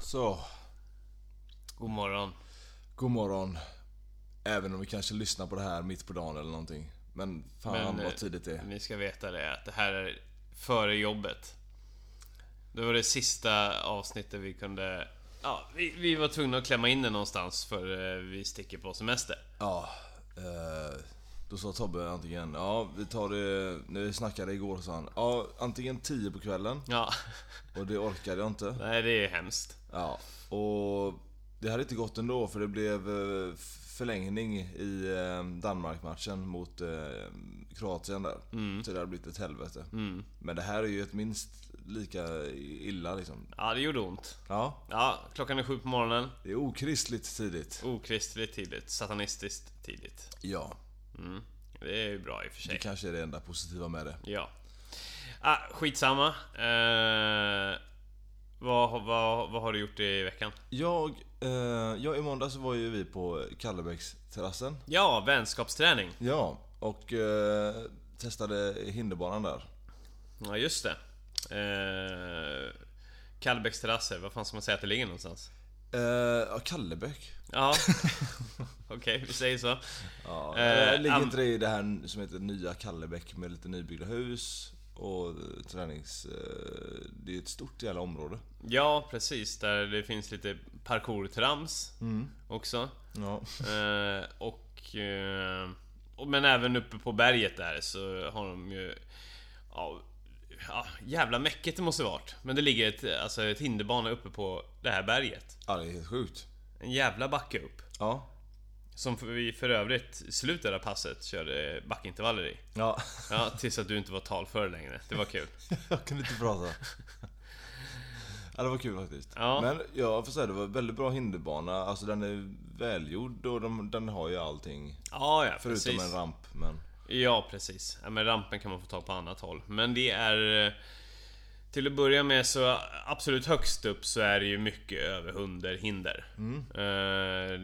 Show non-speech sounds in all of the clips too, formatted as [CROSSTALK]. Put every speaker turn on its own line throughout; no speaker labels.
Så,
God morgon.
god morgon. Även om vi kanske lyssnar på det här mitt på dagen eller någonting. Men fan
Men, eh,
vad tidigt det är.
Ni ska veta det att det här är före jobbet. Det var det sista avsnittet vi kunde... Ja, vi, vi var tvungna att klämma in det någonstans för eh, vi sticker på semester.
Ja, eh, då sa Tobbe antingen, ja vi tar det, när vi snackade igår sa han, ja antingen 10 på kvällen
Ja,
och det orkade jag inte.
[LAUGHS] nej det är hemskt.
Ja, och det hade inte gått ändå för det blev eh, förlängning i eh, Danmark-matchen mot eh, Kroatien där.
Mm.
Så det hade blivit ett helvete. Men det här är ju ett minst lika illa liksom.
Ja, det gjorde ont.
Ja,
Ja, klockan är sju på morgonen.
det är okristligt tidigt.
Okristligt tidigt. Satanistiskt tidigt.
Ja,
Mm. Det är ju bra i och för sig.
det kanske är det enda positiva med det.
Ja. Ah, skitsamma. Eh, vad, har- vad, vad har du gjort i veckan?
Jag, eh, ja, i måndags så var ju vi på Kallebäcksterrassen.
Ja, vänskapsträning.
Ja, och eh, testade hinderbanan där.
Ja, just det. Eh, Kallbäcks terrasser, vad fan ska man säga att det ligger någonstans?
Eh, ja, Kallebäck.
Ja, [LAUGHS] okej, vi säger så.
Ja,
Eh,
det ligger
am-
inte det i det här som heter Nya Kallebäck med lite nybyggda hus och eh, tränings... eh, Det är ett stort jävla område.
Ja, precis. Där det finns lite parkour-trams också.
Ja.
Eh, och, eh, och... Men även uppe på berget där så har de ju... Ja, ja jävla mäcket det måste varit. Men det ligger ett, alltså ett hinderbana uppe på det här berget.
ja, det är helt sjukt.
En jävla backe upp.
Ja.
Som för- vi för övrigt i slutet av det här passet körde backintervaller i.
Ja. [LAUGHS]
Ja, tills att du inte var talför längre. Det var kul.
Jag kunde inte
[LAUGHS]
prata. Ja, det var kul faktiskt.
Ja.
Men jag får säga, det var väldigt bra hinderbana. Alltså den är välgjord och de, den har ju allting.
Ja, ja
Förutom
precis.
en ramp, men...
Ja, precis. Ja, men rampen kan man få ta på annat håll. Men det är... eh, Till att börja med så absolut högst upp så är det ju mycket över hunder hinder.
Mm.
Eh,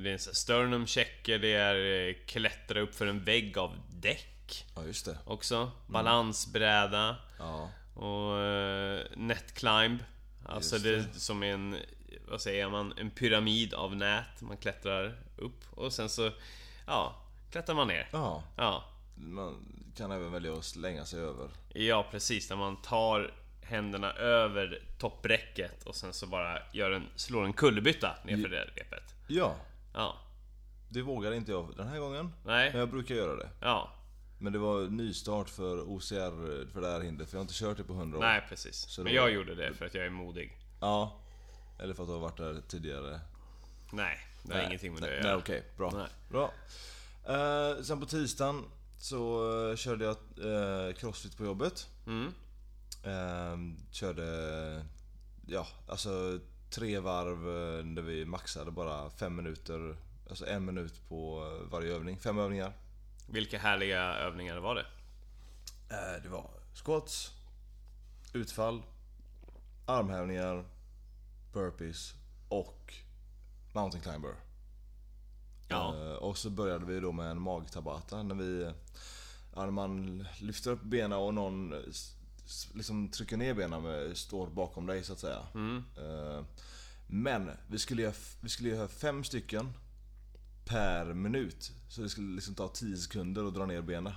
Det är en sån här sternum checker, det är eh, klättra upp för en vägg av däck
Ja, just det.
också. Balansbräda.
Ja.
Och eh, netclimb. Alltså
Just
det. som är en, vad säger man, en pyramid av nät. Man klättrar upp och sen så, ja, klättrar man ner.
Ja.
Ja,
Man kan även välja att slänga sig över.
ja precis. När man tar händerna över toppräcket och sen så bara gör en, slår en kullerbytta nerför det repet.
Ja.
Ja,
Det vågade inte jag den här gången. Men
nej,
jag brukar göra det.
ja,
Men det var nystart för OCR för det här hindret, för jag har inte kört det på 100 år.
nej precis.
Så
Men
då-
jag gjorde det för att jag är modig.
Ja. Eller för att jag har varit där tidigare.
Nej, det har
Nej,
ingenting med
nej,
det att
Nej,
göra.
okej. Bra.
Nej.
bra. Eh, sen på tisdagen så eh, körde jag eh, crossfit på jobbet.
Mm.
Eh, körde, ja, alltså tre varv eh, där vi maxade bara fem minuter. Alltså en minut på eh, varje övning. Fem övningar.
Vilka härliga övningar var det?
Eh, Det var squats, utfall, armhävningar, burpees och mountain climber.
Ja,
Eh, Och så började vi då med en magtabata när vi... Ja, när man lyfter upp benen och någon s- s- liksom trycker ner benen med står bakom dig så att säga. Eh, Men vi skulle, göra, f- vi skulle göra fem stycken per minut. Så det skulle liksom ta 10 sekunder att dra ner benen.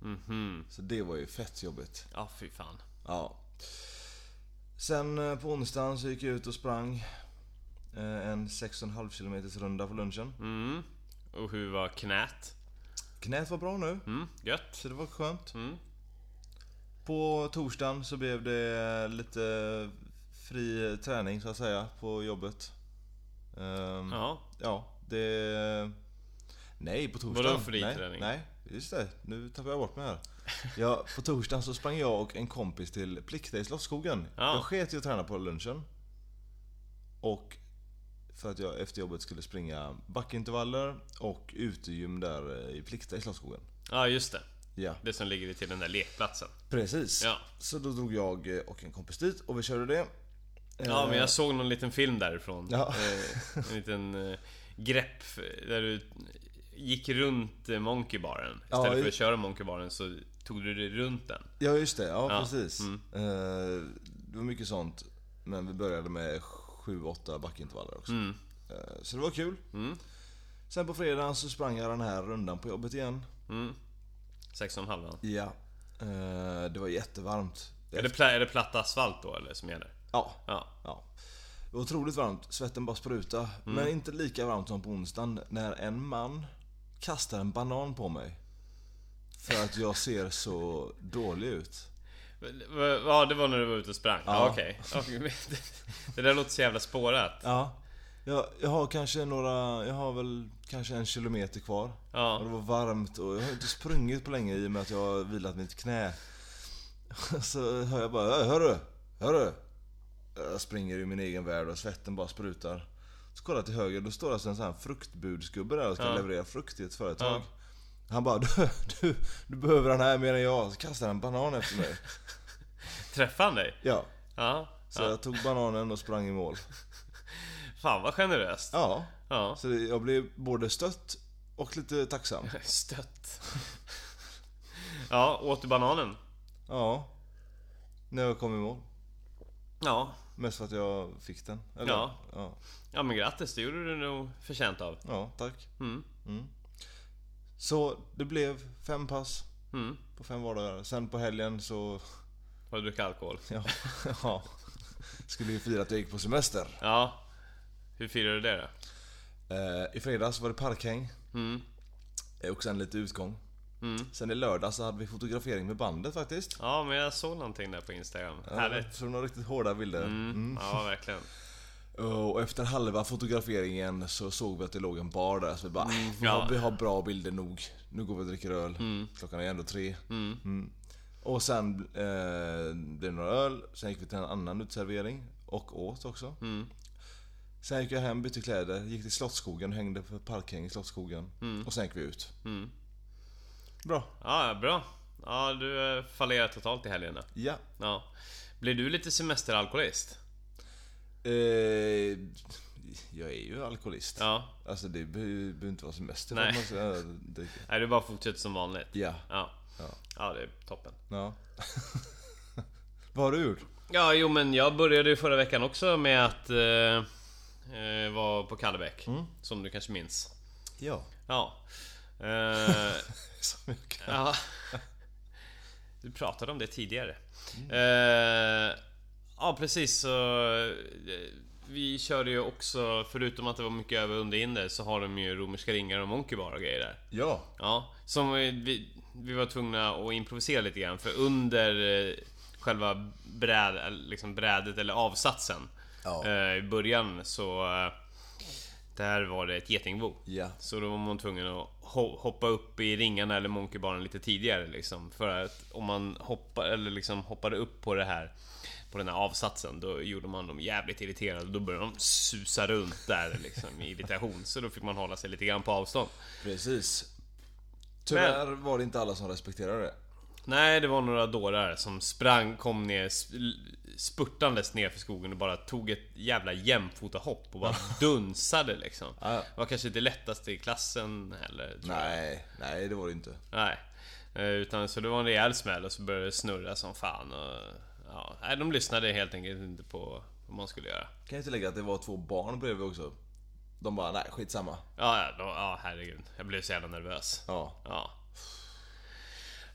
mhm.
Så det var ju fett jobbigt.
Ja, fy fan.
Ja. Sen eh, på onsdagen så gick jag ut och sprang eh, en 6,5 km runda på lunchen.
Mm. Och hur var knät?
Knät var bra nu,
Mm, gött.
så det var skönt.
Mm.
På torsdagen så blev det lite fri träning så att säga på jobbet. Ehm, ja.
Ja.
det... Nej, på torsdagen.
Vadå fri
nej,
träning?
Nej, just det. Nu tappar jag bort mig här. Ja, på torsdagen så sprang jag och en kompis till Plikta i Slottsskogen.
Ja.
Jag sket i att träna på lunchen. Och för att jag efter jobbet skulle springa backintervaller och utegym där eh, i Plikta i Slottsskogen.
ja, just det.
Ja.
Det som ligger till den där lekplatsen.
Precis.
Ja.
Så då drog jag eh, och en kompis dit och vi körde det.
Ja, men jag såg någon liten film därifrån.
Eh. Ja.
Eh, En liten eh, grepp där du gick runt eh, monkeybaren.
Ja,
Istället för
i-
att köra monkeybaren så tog du dig runt den.
Eh, Ja, just det. Ja,
Ja,
precis.
mm.
Eh, Det var mycket sånt. Men vi började med 7-8 backintervaller också.
Mm.
Eh, Så det var kul. Sen på fredagen så sprang jag den här rundan på jobbet igen.
16,5
Ja. Eh, Det var jättevarmt.
är det, pla- är det platt asfalt då eller som gäller?
Ja.
Ja.
ja. Det var otroligt varmt. Svetten bara spruta. Men inte lika varmt som på onsdagen när en man kastar en banan på mig. För att jag ser så dålig ut.
V- v- Ja, det var när du var ute och sprang? Ja, [LAUGHS]
Ja.
okej. Okej, men det- Det där låter så jävla spårat.
Ja. Jag, jag har kanske några, jag har väl kanske en kilometer kvar.
Ja.
Och det var varmt och jag har inte sprungit på länge i och med att jag har vilat mitt knä. [LAUGHS] Så hör jag bara, "Hör- hörru, hörru. Jag springer i min egen värld och svetten bara sprutar. Så kollar jag till höger, då står det alltså en sån här fruktbudsgubbe där och ska
Ja.
leverera frukt i ett företag.
Ja.
Han bara, du, du, du behöver den här mer än jag. Så kastar han en banan efter mig.
Träffade han dig?
Ja.
Ja.
Så jag tog bananen och sprang i mål.
Fan vad generöst.
Ja.
Ja.
Så det- jag blev både stött och lite tacksam.
Stött. Ja, åt du bananen?
Ja. När jag kom i mål.
Ja.
Mest för att jag fick den. Eller?
Ja.
ja.
Ja men grattis, det gjorde du nog förtjänt av.
Ja, tack.
Mm.
Mm. Så det blev fem pass
Mm.
på fem vardagar. Sen på helgen så... [LAUGHS]
Har du druckit alkohol?
Ja. ja. Skulle ju fira att jag gick på semester.
Ja. Hur firar du det då?
Eh, I fredags var det parkhäng.
Mm.
eh, Och sen lite utgång.
Mm.
Sen i lördags så hade vi fotografering med bandet faktiskt.
Ja men jag såg någonting där på Instagram. Härligt.
Så några riktigt hårda bilder.
Mm. Ja verkligen.
Eh, Och efter halva fotograferingen så såg vi att det låg en bar där, så vi bara "Ah, vi,
Mm. ja.
har, vi har bra bilder nog. Nu går vi och dricker öl. Klockan är ändå tre. Mm. Och sen eh, blev det några öl, sen gick vi till en annan uteservering och åt också.
Mm.
Sen gick jag hem, bytte kläder, gick till Slottsskogen och hängde för parkhäng i Slottsskogen.
Mm.
Och sen gick vi ut. Bra.
Ja, bra. Ja, du eh, fallerar totalt i helgen då.
Ja.
Ja. Blir du lite semesteralkoholist?
Eh, jag är ju alkoholist.
Ja.
Alltså det behöver behöver inte vara semester för
Nej.
att man ska eh,
[LAUGHS]
dricka.
Nej, du bara fortsätter som vanligt?
Ja.
Ja.
Ja.
Ja, det är toppen.
Ja. [LAUGHS] Vad har du gjort?
Ja, jo men jag började ju förra veckan också med att eh, eh, vara på Kallebäck. Som du kanske minns.
Ja.
Ja. Eh,
Så mycket.
ja. Du pratade om det tidigare. Eh, ja, precis. Så, eh, vi körde ju också, förutom att det var mycket över och underhinder, så har de ju romerska ringar och monkey bar och grejer där.
Ja.
Ja, som vi, vi, vi var tvungna att improvisera lite grann för under eh, själva bräd, liksom brädet eller avsatsen
Ja.
eh, i början så eh, där var det ett getingbo.
Ja.
Så då var man tvungen att ho- hoppa upp i ringarna eller monkeybaren lite tidigare liksom. För att om man hoppar, eller liksom hoppade upp på det här på den här avsatsen, då gjorde man dem jävligt irriterade. Då började de susa runt där liksom i irritation. Så då fick man hålla sig lite grann på avstånd.
Precis. Tyvärr var det inte alla som respekterade det.
Nej, det var några dårar som sprang, kom ner, sp- spurtandes ner för skogen och bara tog ett jävla jämfotahopp och bara dunsade liksom.
Ah, Ja.
Det var kanske inte lättaste i klassen heller. tror jag.
Nej, nej det var det inte.
Nej. Eh, Utan så det var en rejäl smäll och så började det snurra som fan och... Ja, nej, de lyssnade helt enkelt inte på vad man skulle göra.
Kan jag tillägga att det var två barn bredvid också. De bara, nej skitsamma.
Ja, ja, då, ja herregud. Jag blev så jävla nervös.
Ja.
Ja.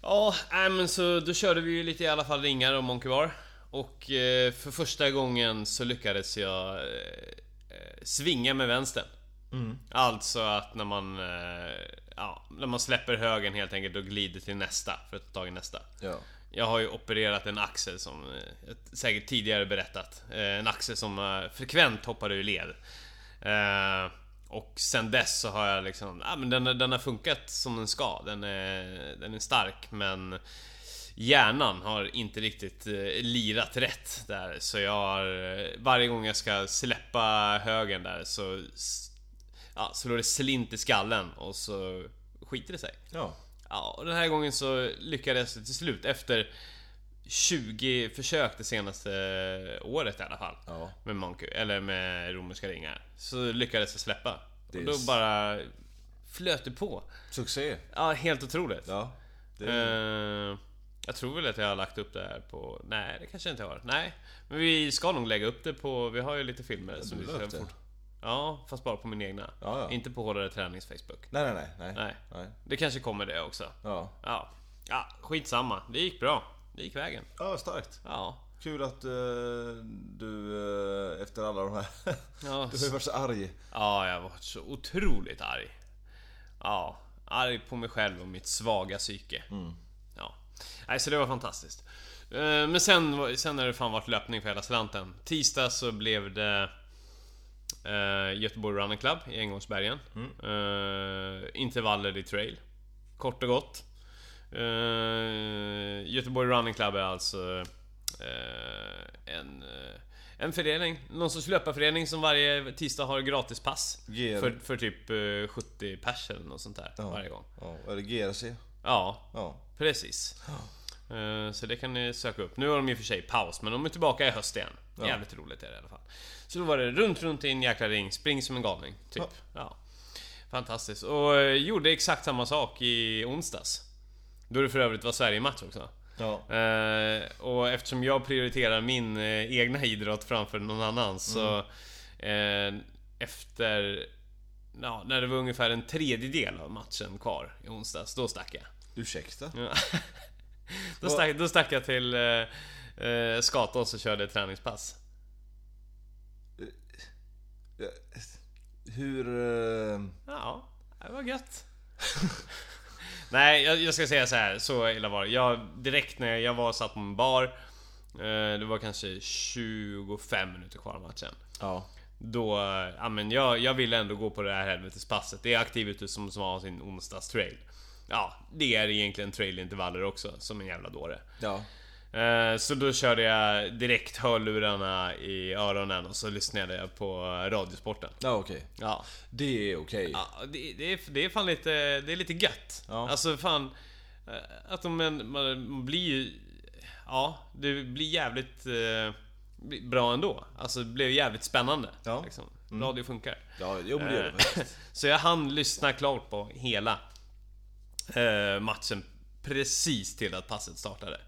Ja, nej, men så då körde vi ju lite i alla fall ringar och Monkey Bar. Och eh, för första gången så lyckades jag eh, eh, svinga med vänstern.
Mm.
Alltså att när man, eh, ja, när man släpper högen helt enkelt och glider till nästa för att ta tag i nästa.
Ja.
Jag har ju opererat en axel som eh, jag säkert tidigare berättat. Eh, En axel som eh, frekvent hoppade ur led. Eh, Och sen dess så har jag liksom, ja men den, den har funkat som den ska. Den är, den är stark men hjärnan har inte riktigt eh, lirat rätt där. Så jag har, eh, varje gång jag ska släppa högen där så s- ja, slår det slint i skallen och så skiter det sig.
Ja.
Ja, och den här gången så lyckades jag till slut efter 20 försök det senaste året i alla fall.
Ja.
Med Monkey, eller med romerska ringar. Så lyckades jag släppa.
Det
Och
är
då
s-
bara flöt det på.
Succé.
Ja, helt otroligt.
Ja. Det,
Eh, Jag tror väl att jag har lagt upp det här på... Nej, det kanske jag inte har. Nej. Men vi ska nog lägga upp det på... Vi har ju lite filmer
Du
som vi
la
ska
upp det.
fort- Ja, fast bara på min egna.
Ja, ja.
Inte på Hårdare Tränings Facebook.
Nej, nej, nej. nej.
Nej. Det kanske kommer det också.
Ja.
Ja. Ja, skitsamma. Det gick bra. Det gick vägen.
ja, starkt.
Ja.
Kul att eh, du eh, efter alla de här...
Ja,
[LAUGHS] du har ju varit så arg.
Ja, jag har varit så otroligt arg. Ja, arg på mig själv och mitt svaga psyke. Ja. Nej, så det var fantastiskt. Eh, Men sen, var- sen har det fan varit löpning för hela slanten. Tisdag så blev det eh, Göteborg Running Club i Engångsbergen. Eh, intervaller i trail. Kort och gott. Eh, Göteborg Running Club är alltså eh, en, eh, en förening, någon sorts löparförening som varje tisdag har gratispass.
Ger-
För, för typ eh, 70 pers eller något sånt där
Ja.
varje gång.
Ja, eller GRC.
Ja,
Ja.
precis. Eh, Så det kan ni söka upp. Nu har de i och för sig paus, men de är tillbaka i höst igen. Jävligt roligt är det i alla fall. Så då var det runt, runt i en jäkla ring, spring som en galning, typ. Ja. Fantastiskt. Och eh, gjorde exakt samma sak i onsdags. Då det för övrigt var Sverige-match också.
Ja.
Eh, och eftersom jag prioriterar min eh, egna idrott framför någon annans så... Eh, efter... Ja, när det var ungefär en tredjedel av matchen kvar i onsdags, då stack jag.
Ursäkta?
Ja. [LAUGHS] då, stack, då stack jag till eh, eh, Skatås och körde ett träningspass.
Hur... eh,
Ja, det var gött. [LAUGHS] Nej, jag, jag ska säga så här. så illa var det. Jag, direkt när jag var satt på en bar, eh, det var kanske 25 minuter kvar av matchen.
Ja.
Då, eh, ja men jag, jag ville ändå gå på det här helvetespasset. Det är Aktivitus som, som har sin onsdagstrail. Ja, det är egentligen trailintervaller också, som en jävla dåre.
Ja.
Eh, Så då körde jag direkt hörlurarna i öronen och så lyssnade jag på Radiosporten.
Ja, okej.
Ja.
Det är okej.
ja det, det, är, det är fan lite, det är lite gött.
Ja.
Alltså fan, eh, att de, en- man blir ju... Ja, det blir jävligt eh, bra ändå. Alltså det blev jävligt spännande.
Ja. Mm.
Liksom. Radio funkar.
Ja, jo men det gör det väl.
Eh, [LAUGHS] Så jag hann lyssna klart på hela eh, matchen precis till att passet startade.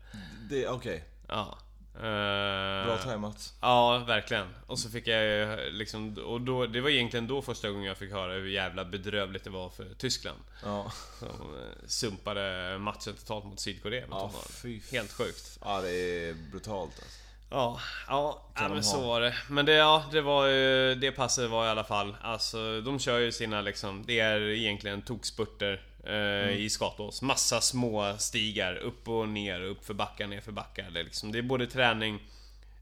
Det är okej.
Ja. Eh,
Bra tajmat.
Ja, verkligen. Och så fick jag ju liksom, och då, det var egentligen då första gången jag fick höra hur jävla bedrövligt det var för Tyskland.
Ja.
Som eh, sumpade matchen totalt mot Sydkorea med
Ja,
12-0.
fy
Helt sjukt.
Ja, det är brutalt alltså.
Ja, ja, ja
de
men
ha.
så var det. Men det, ja, det var ju, det passet var i alla fall, alltså de kör ju sina liksom, det är egentligen tokspurter eh,
Mm.
i Skatås. Massa små stigar, upp och ner, upp för backar, ner för backar. Det är, liksom, det är både träning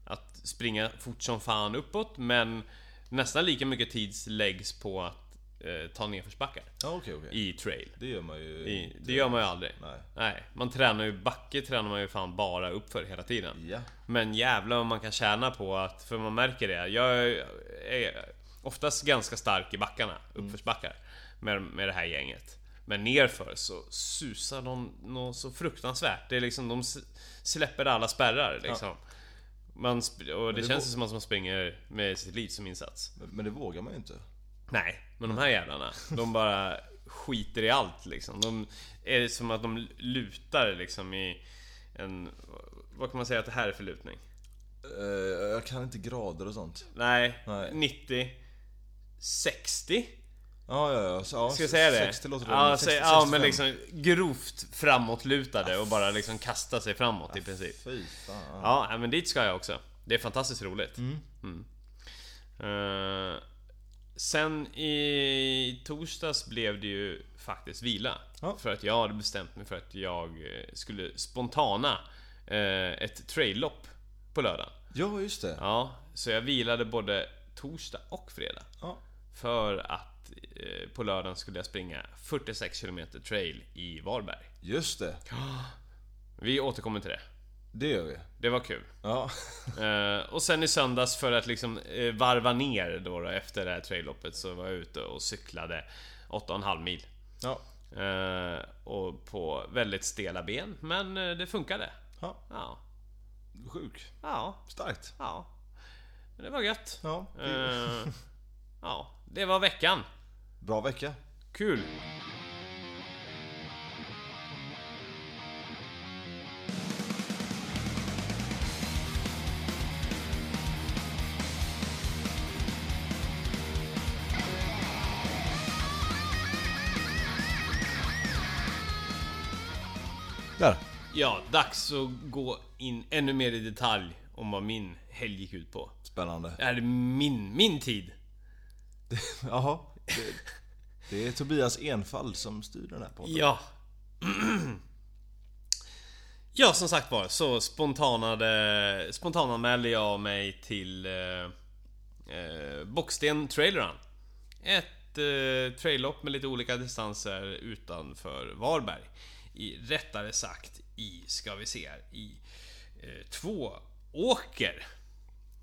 att springa fort som fan uppåt, men nästan lika mycket tid läggs på att eh, ta nerförsbackar
Ja, okej, okej.
i trail.
Det gör man ju
I, det gör man ju aldrig.
Nej.
man tränar ju, backe tränar man ju fan bara uppför hela tiden.
Ja.
Men jävlar vad man kan tjäna på att, för man märker det. Jag är- är oftast ganska stark i backarna, uppförsbackar, med, med det här gänget. Men nerför så susar de något så fruktansvärt. Det är liksom, de s- släpper alla spärrar liksom. Man, sp- och det,
det
känns
går-
ju som att man springer med sitt liv som insats.
Men- Men det vågar man ju inte.
Nej, men de här jävlarna, de bara skiter i allt liksom. De är det som att de lutar liksom i en... Vad kan man säga att det här är för lutning?
Eh, jag kan inte grader och sånt.
Nej,
Nej.
90, 60?
Ja, ja, ja. Så, ja
Ska jag säga det?
60 Alltså, låter
ja,
men
säg,
60,
ja, men
65.
liksom grovt framåtlutade och bara liksom kasta sig framåt i princip.
Fy fan.
Ja, nej, men dit ska jag också. Det är fantastiskt roligt. Mm. Eh, sen i torsdags blev det ju faktiskt vila.
Ja.
För att jag hade bestämt mig för att jag eh, skulle spontana eh, ett traillopp på lördagen.
Ja, just det.
Ja, så jag vilade både torsdag och fredag.
Ja.
För att eh, på lördagen skulle jag springa 46 km trail i Varberg.
Just det.
Vi återkommer till det.
Det gör vi.
Det var kul.
Ja.
Eh, och sen i söndags för att liksom eh, varva ner då, då efter det här trailloppet så var jag ute och cyklade 8,5 mil.
Ja.
Eh, och på väldigt stela ben, men eh, det funkade.
Ja.
Ja,
Sjuk.
ja,
Starkt.
ja. Men Det var gött.
Ja.
Eh, ja, det var veckan.
Bra vecka.
Kul! Ja, dags att gå in ännu mer i detalj om vad min helg gick ut på.
Spännande.
Det här är min, min tid.
Jaha. Det, det är Tobias Enfall som styr den här podden.
Ja. [CLEARS THROAT] ja, som sagt var så spontanade, spontananmälde jag mig till eh, eh, Bocksten Trailrun. Ett eh, traillopp med lite olika distanser utanför Varberg. I, rättare sagt i, ska vi se här, i eh, två åker.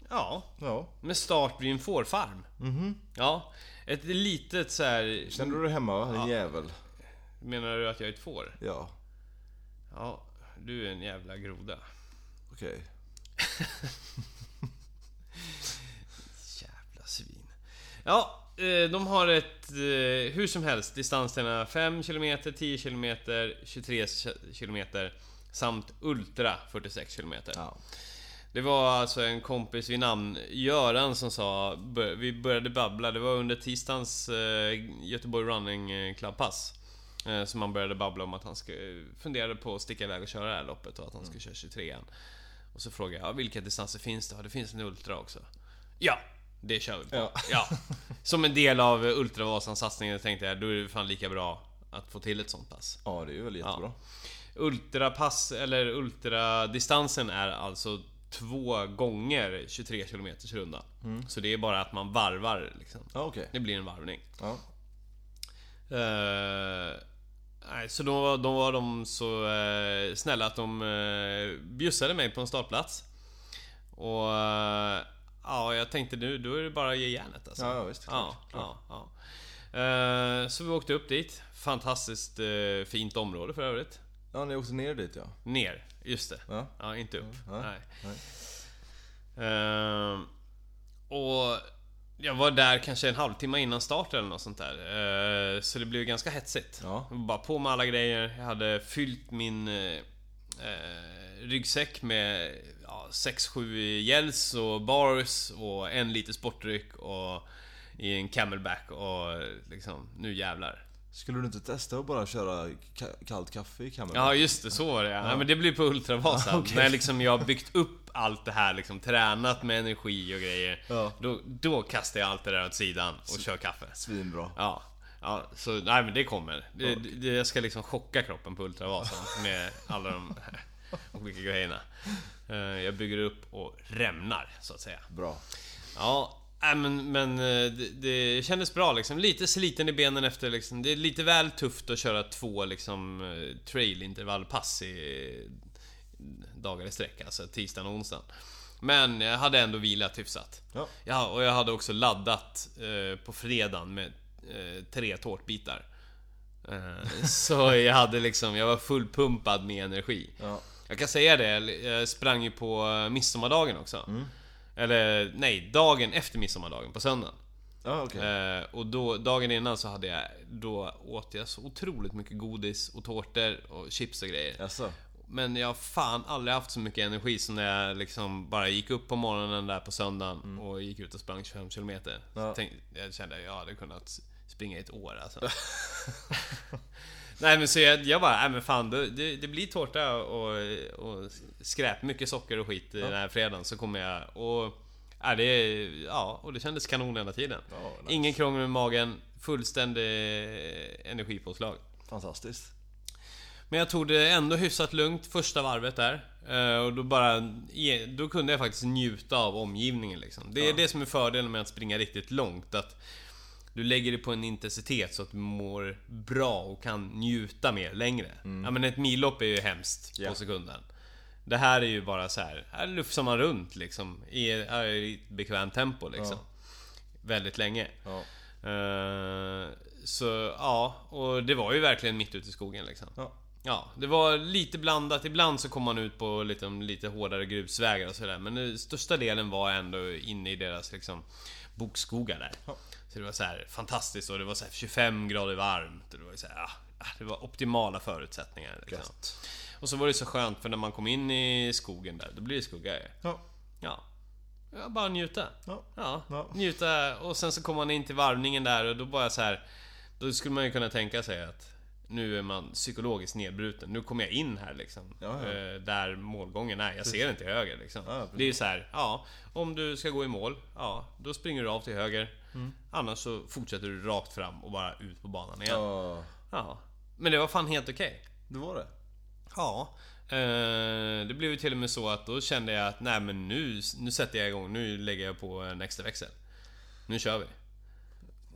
Ja,
Ja.
med start vid en fårfarm. Ja, ett litet så här.
Känner du dig hemma va? Din jävel.
Menar du att jag är ett får?
Ja.
Ja, du är en jävla groda.
Okej.
Jävla svin. Ja, eh, de har ett... eh, Hur som helst, distanserna 5 km, 10 km, 23 km samt Ultra 46 km.
Ja.
Det var alltså en kompis vid namn Göran som sa... bör- Vi började babbla, det var under tisdagens eh, Göteborg Running eh, Club-pass. eh, Som han började babbla om att han ska, eh, funderade på att sticka iväg och köra det här loppet och att han ska köra 23an. Och så frågade jag, "Ja, vilka distanser finns det? Ja, det finns en Ultra också. Ja, det kör vi på. [LAUGHS] Ja.
Ja.
Som en del av eh, Ultravasan-satsningen tänkte jag, då är det fan lika bra att få till ett sånt pass.
ja, det är väl jättebra.
Ultrapass eller ultradistansen är alltså två gånger 23 km runda. Så det är bara att man varvar liksom.
Ja, okej.
Det blir en varvning.
Ja.
Eh, nej, så då, var- då var de så eh, snälla att de uh, bjussade mig på en startplats. Och eh, ja, jag tänkte nu då är det bara att ge järnet alltså.
Ja, ja, visst.
Ja,
Klart.
ja, ja. Eh, så vi åkte upp dit. Fantastiskt eh, fint område för övrigt.
Ja, ni åkte ner dit ja.
Ner, just det.
Ja.
Ja, inte upp.
Ja.
Nej.
Nej.
Ehm, och jag var där kanske en halvtimme innan start eller något sånt där. Ehm, så det blev ganska hetsigt.
Ja.
Jag var bara på med alla grejer. Jag hade fyllt min eh, eh, ryggsäck med ja, 6-7 gels och bars och en liter sportdryck och i en camelback och liksom, nu jävlar.
Skulle du inte testa att bara köra ka- kallt kaffe i kameran?
Ja just det, så var det ja. Nej, men det blir på Ultravasan. När liksom jag har byggt upp allt det här, liksom, tränat med energi och grejer.
Ja.
Då, då kastar jag allt det där åt sidan och kör kaffe.
Svinbra.
Ja. Ja, så nej men det kommer. Det, det, jag ska liksom chocka kroppen på Ultravasan med alla de här olika grejerna. Eh, Jag bygger upp och rämnar, så att säga.
Bra.
Ja, nej, men, men eh, det, det kändes bra liksom. Lite sliten i benen efter liksom. Det är lite väl tufft att köra två liksom eh, trailintervallpass i eh, dagar i sträck, alltså tisdagen och onsdagen. Men jag hade ändå vilat hyfsat.
Ja.
Ja, och jag hade också laddat eh, på fredagen med eh, tre tårtbitar. Eh, så jag hade liksom, jag var fullpumpad med energi.
Ja.
Jag kan säga det, jag sprang ju på eh, midsommardagen också. Eller nej, dagen efter midsommardagen, på söndagen.
Ja, okej.
Eh, och då, dagen innan så hade jag, då åt jag så otroligt mycket godis och tårtor och chips och grejer.
Jaså?
Men jag har fan aldrig haft så mycket energi som när jag liksom bara gick upp på morgonen där på söndagen och gick ut och sprang 25 km.
Mm. Ja.
Jag kände att jag hade kunnat springa i ett år alltså. [LAUGHS] Nej men så jag, jag bara, nej men fan det, det, det blir tårta och, och skräp, mycket socker och skit den här fredagen så kommer jag och... Ja, det, ja, och det kändes kanon hela tiden.
Ja, nice.
Ingen krångel med magen, fullständig energipåslag.
Fantastiskt.
Men jag tog det ändå hyfsat lugnt första varvet där. Eh, Och då bara... ge- Då kunde jag faktiskt njuta av omgivningen liksom. Det är det som är fördelen med att springa riktigt långt. Att du lägger det på en intensitet så att du mår bra och kan njuta mer längre. Ja men ett millopp är ju hemskt
Mm. Ja.
på sekunden. Det här är ju bara så här, här lufsar man runt liksom. I, här i ett bekvämt tempo liksom. Väldigt länge.
Ja.
Eh, så ja, och det var ju verkligen mitt ute i skogen liksom.
Ja.
Ja, det var lite blandat. Ibland så kom man ut på lite, lite hårdare grusvägar och sådär. Men den största delen var ändå inne i deras liksom, bokskogar där. Så det var så här fantastiskt och det var så här 25 grader varmt. Och det, var så här, ah, ah, det var optimala förutsättningar. Liksom. Och så var det så skönt för när man kom in i skogen där, då blir det skugga ju.
Ja.
Ja. ja, bara njuta.
Ja.
Ja,
Ja.
njuta och sen så kom man in till varvningen där och då bara så här. Då skulle man ju kunna tänka sig att nu är man psykologiskt nedbruten. Nu kommer jag in här liksom.
Ja, ja.
Eh, Där målgången är. Jag ser inte till höger liksom.
Ja, precis.
det är ju så här, ja. Om du ska gå i mål, ja. Då springer du av till höger.
Mm.
Annars så fortsätter du rakt fram och bara ut på banan igen. Ja.
Ja,
Men det var fan helt okej.
det var det.
Ja. Eh, Det blev ju till och med så att då kände jag att nej men nu, nu sätter jag igång, nu lägger jag på en extra växel. Nu kör vi.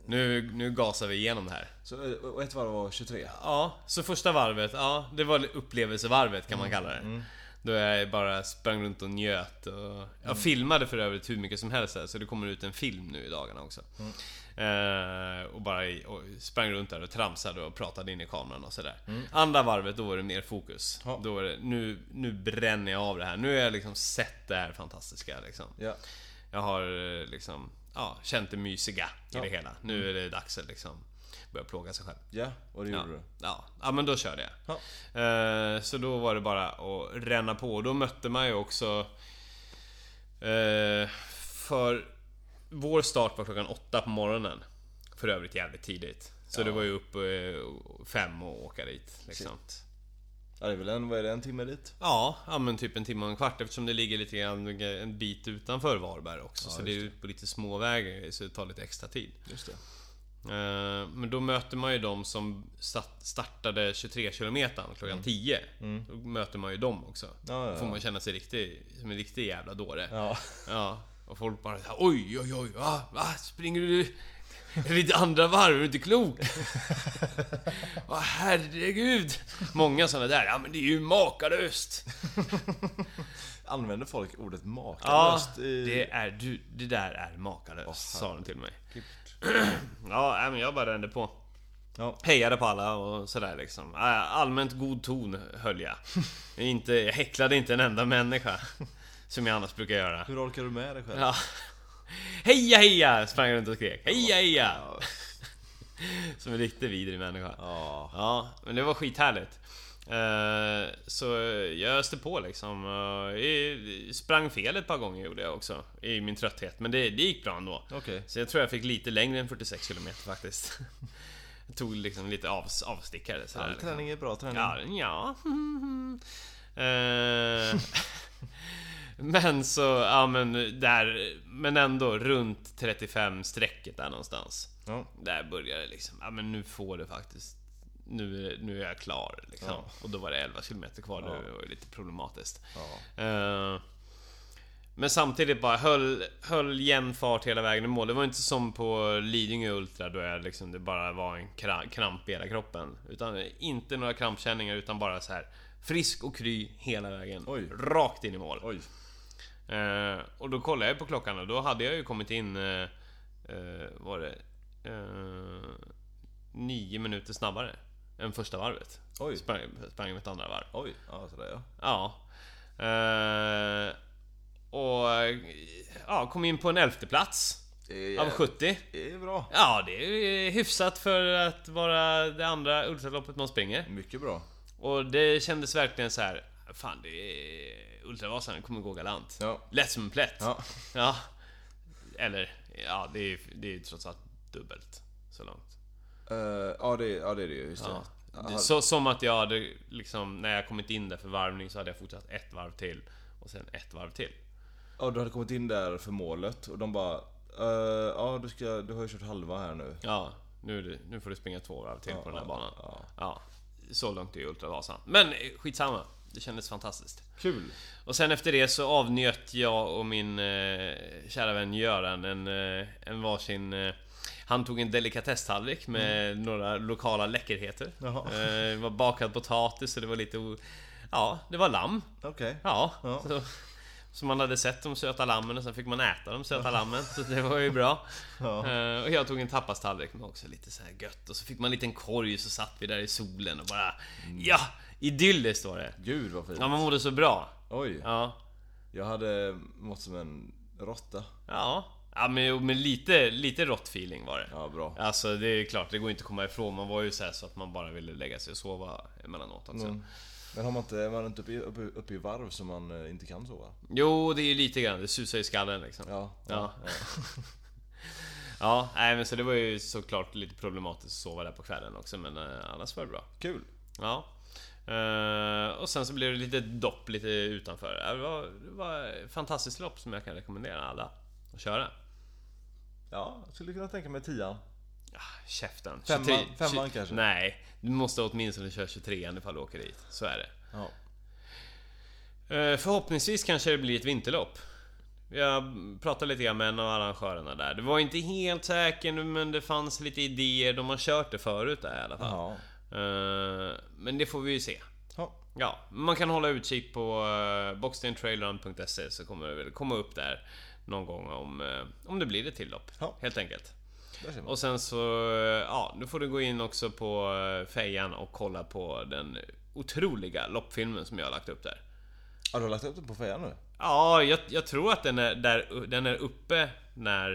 Nu, nu gasar vi igenom det här.
Så, eh, och ett varv var 23.
Ja, så första varvet, ja det var upplevelsevarvet kan man
Mm,
kalla det. Då jag bara sprang runt och njöt. Och jag
Mm.
filmade för övrigt hur mycket som helst här, så det kommer ut en film nu i dagarna också.
Mm.
Eh, och bara i, och sprang runt där och tramsade och pratade in i kameran och sådär. Andra varvet, då var det mer fokus.
Mm. Ja.
Då var det, nu, nu bränner jag av det här. Nu har jag liksom sett det här fantastiska liksom.
Ja.
Jag har eh, liksom, ja, känt det mysiga i
Ja. Mm.
det hela. Nu är det dags att liksom börja plåga sig själv.
Ja, och det
Ja.
gjorde du.
Ja. ja, men då körde jag.
Ja.
Eh, så då var det bara att ränna på. Då mötte man ju också... Eh, för vår start var klockan åtta på morgonen. För övrigt jävligt tidigt. Så det var ju upp eh, fem och åka dit. Liksom.
Ja, det är väl en, vad är det, en timme dit?
Ja, ja, men typ en timme och en kvart eftersom det ligger lite grann en bit utanför Varberg också. så det är ju på lite småvägar så det tar lite extra tid.
Just det.
Eh, Men då möter man ju de som stat- startade 23 km klockan 10. Då möter man ju dem också.
Mm. Ja, ja,
Då får
ja.
man känna sig riktig, som en riktig jävla dåre. [LAUGHS]
Ja.
Ja. Och folk bara så här, oj, oj, oj, va? va? Springer du... [LAUGHS] Är det ditt andra varv? Är du inte klok? [LAUGHS] Åh, herregud! Många sådana där, ja men det är ju makalöst!
Använder folk ordet
Ja,
makalöst i...
det, är, du, det där är makalöst, sa de till mig.
Klippt.
Ja, nej, men jag bara rände på.
Ja.
Hejade på alla och sådär liksom. Allmänt god ton höll
[LAUGHS]
jag. Inte, jag häcklade inte en enda människa. Som jag annars brukar göra.
Hur orkar du med dig själv?
Ja. Heja heja! Sprang runt och skrek. Heja heja! Som en riktigt vidrig människa.
Ja.
Ja, men det var skithärligt. Eh, Så jag öste på liksom. Eh, Sprang fel ett par gånger gjorde jag också. I min trötthet. Men det, det gick bra ändå.
Okej.
Så jag tror jag fick lite längre än 46 km faktiskt. [LAUGHS] Jag tog liksom lite avs, avstickare sådär.
All
liksom.
träning är bra träning.
Ja, ja. [LAUGHS] Eh, [LAUGHS] men så, ja men där, men ändå runt 35 strecket där någonstans.
Ja.
Där började det liksom, ja men nu får det faktiskt, nu, är- nu är jag klar liksom.
Ja.
Och då var det 11 kilometer kvar,
Ja.
det var ju lite problematiskt.
Ja.
Eh, men samtidigt bara höll, höll jämn fart hela vägen i mål. Det var inte som på Lidingö Ultra då jag liksom, det bara var en kra- kramp i hela kroppen. Utan inte några krampkänningar utan bara så här frisk och kry hela vägen.
Oj.
Rakt in i mål.
Oj.
Eh, och då kollade jag på klockan och då hade jag ju kommit in... Eh, eh, var det... Eh, nio minuter snabbare än första varvet.
Oj.
Sprang, sprang mitt andra varv.
Oj. Ja, sådär ja.
Ja. Eh, och ja, kom in på en elfte plats
Det
av 70.
Det är bra.
Ja, det är hyfsat för att vara det andra ultraloppet man springer.
Mycket bra.
Och det kändes verkligen så här. Fan, det är... Ultravasan kommer gå galant.
Ja.
Lätt som en plätt.
Ja.
Ja. Eller, ja, det är, det är trots allt dubbelt så långt.
Eh, ja, det, ja, det är det ju. Just det.
Ja.
Ja.
Så, som att jag hade liksom, när jag kommit in där för varvning så hade jag fortsatt ett varv till. Och sen ett varv till.
Ja, du hade kommit in där för målet och de bara... eh, ja, du, ska, du har ju kört halva här nu.
Ja, nu, är det- nu får du springa två varv till på den här banan.
ja.
Ja, så långt är ju Ultravasan. Men eh, skitsamma, det kändes fantastiskt.
Kul.
Och sen efter det så avnjöt jag och min eh, kära vän Göran en, eh, en varsin... Eh, han tog en delikatesstallrik med några lokala läckerheter.
Mm. Jaha.
Eh, det var bakad potatis och det var lite... o- Ja, det var lamm.
Okej.
Ja.
Ja.
Så, så man hade sett de söta lammen och sen fick man äta de söta lammen. Så det var ju bra.
Ja.
Eh, och jag tog en tapastallrik med också lite så här gött. Och så fick man en liten korg så satt vi där i solen och bara...
Mm.
Ja! Idylliskt var det.
Gud vad fint.
Ja, man mådde så bra.
Oj.
Ja.
Jag hade mått som en råtta.
Ja. Ja, men, jo, men lite, lite rått feeling var det.
Ja, bra.
Alltså det är klart, det går inte att komma ifrån. Man var ju så här så att man bara ville lägga sig och sova emellanåt alltså. också.
Mm. Men har man inte, man är inte uppe, i- uppe, uppe i varv som man eh, inte kan sova?
Jo, det är ju lite grann. Det susar i skallen liksom.
Ja.
Ja. Ja, nej men så det var ju såklart lite problematiskt att sova där på kvällen också men eh, annars var det bra.
Kul.
Ja. Eh, och sen så blev det lite dopp lite utanför. Eh, Det var, det var ett fantastiskt lopp som jag kan rekommendera alla att köra.
Ja, jag skulle kunna tänka mig tian.
Ah, käften.
Femman-
23
femman
tju-
kanske?
Nej, du måste åtminstone köra 23 ifall du åker dit. Så är det.
Ja.
Eh, Förhoppningsvis kanske det blir ett vinterlopp. Jag pratade lite grann med en av arrangörerna där. Det var inte helt säkert men det fanns lite idéer. De har kört det förut där i alla fall.
Ja.
Eh, Men det får vi ju se.
ja.
Ja, man kan hålla utkik på eh, boxsteintrailrun.se så kommer det väl komma upp där någon gång om, eh, om det blir ett till lopp.
Ja.
Helt enkelt.
Där ser man.
Och sen så, eh, ja, nu får du gå in också på eh, fejan och kolla på den otroliga loppfilmen som jag har lagt upp där.
Har du lagt upp den på fejan nu?
Ja, jag, jag tror att den är, där, den är uppe när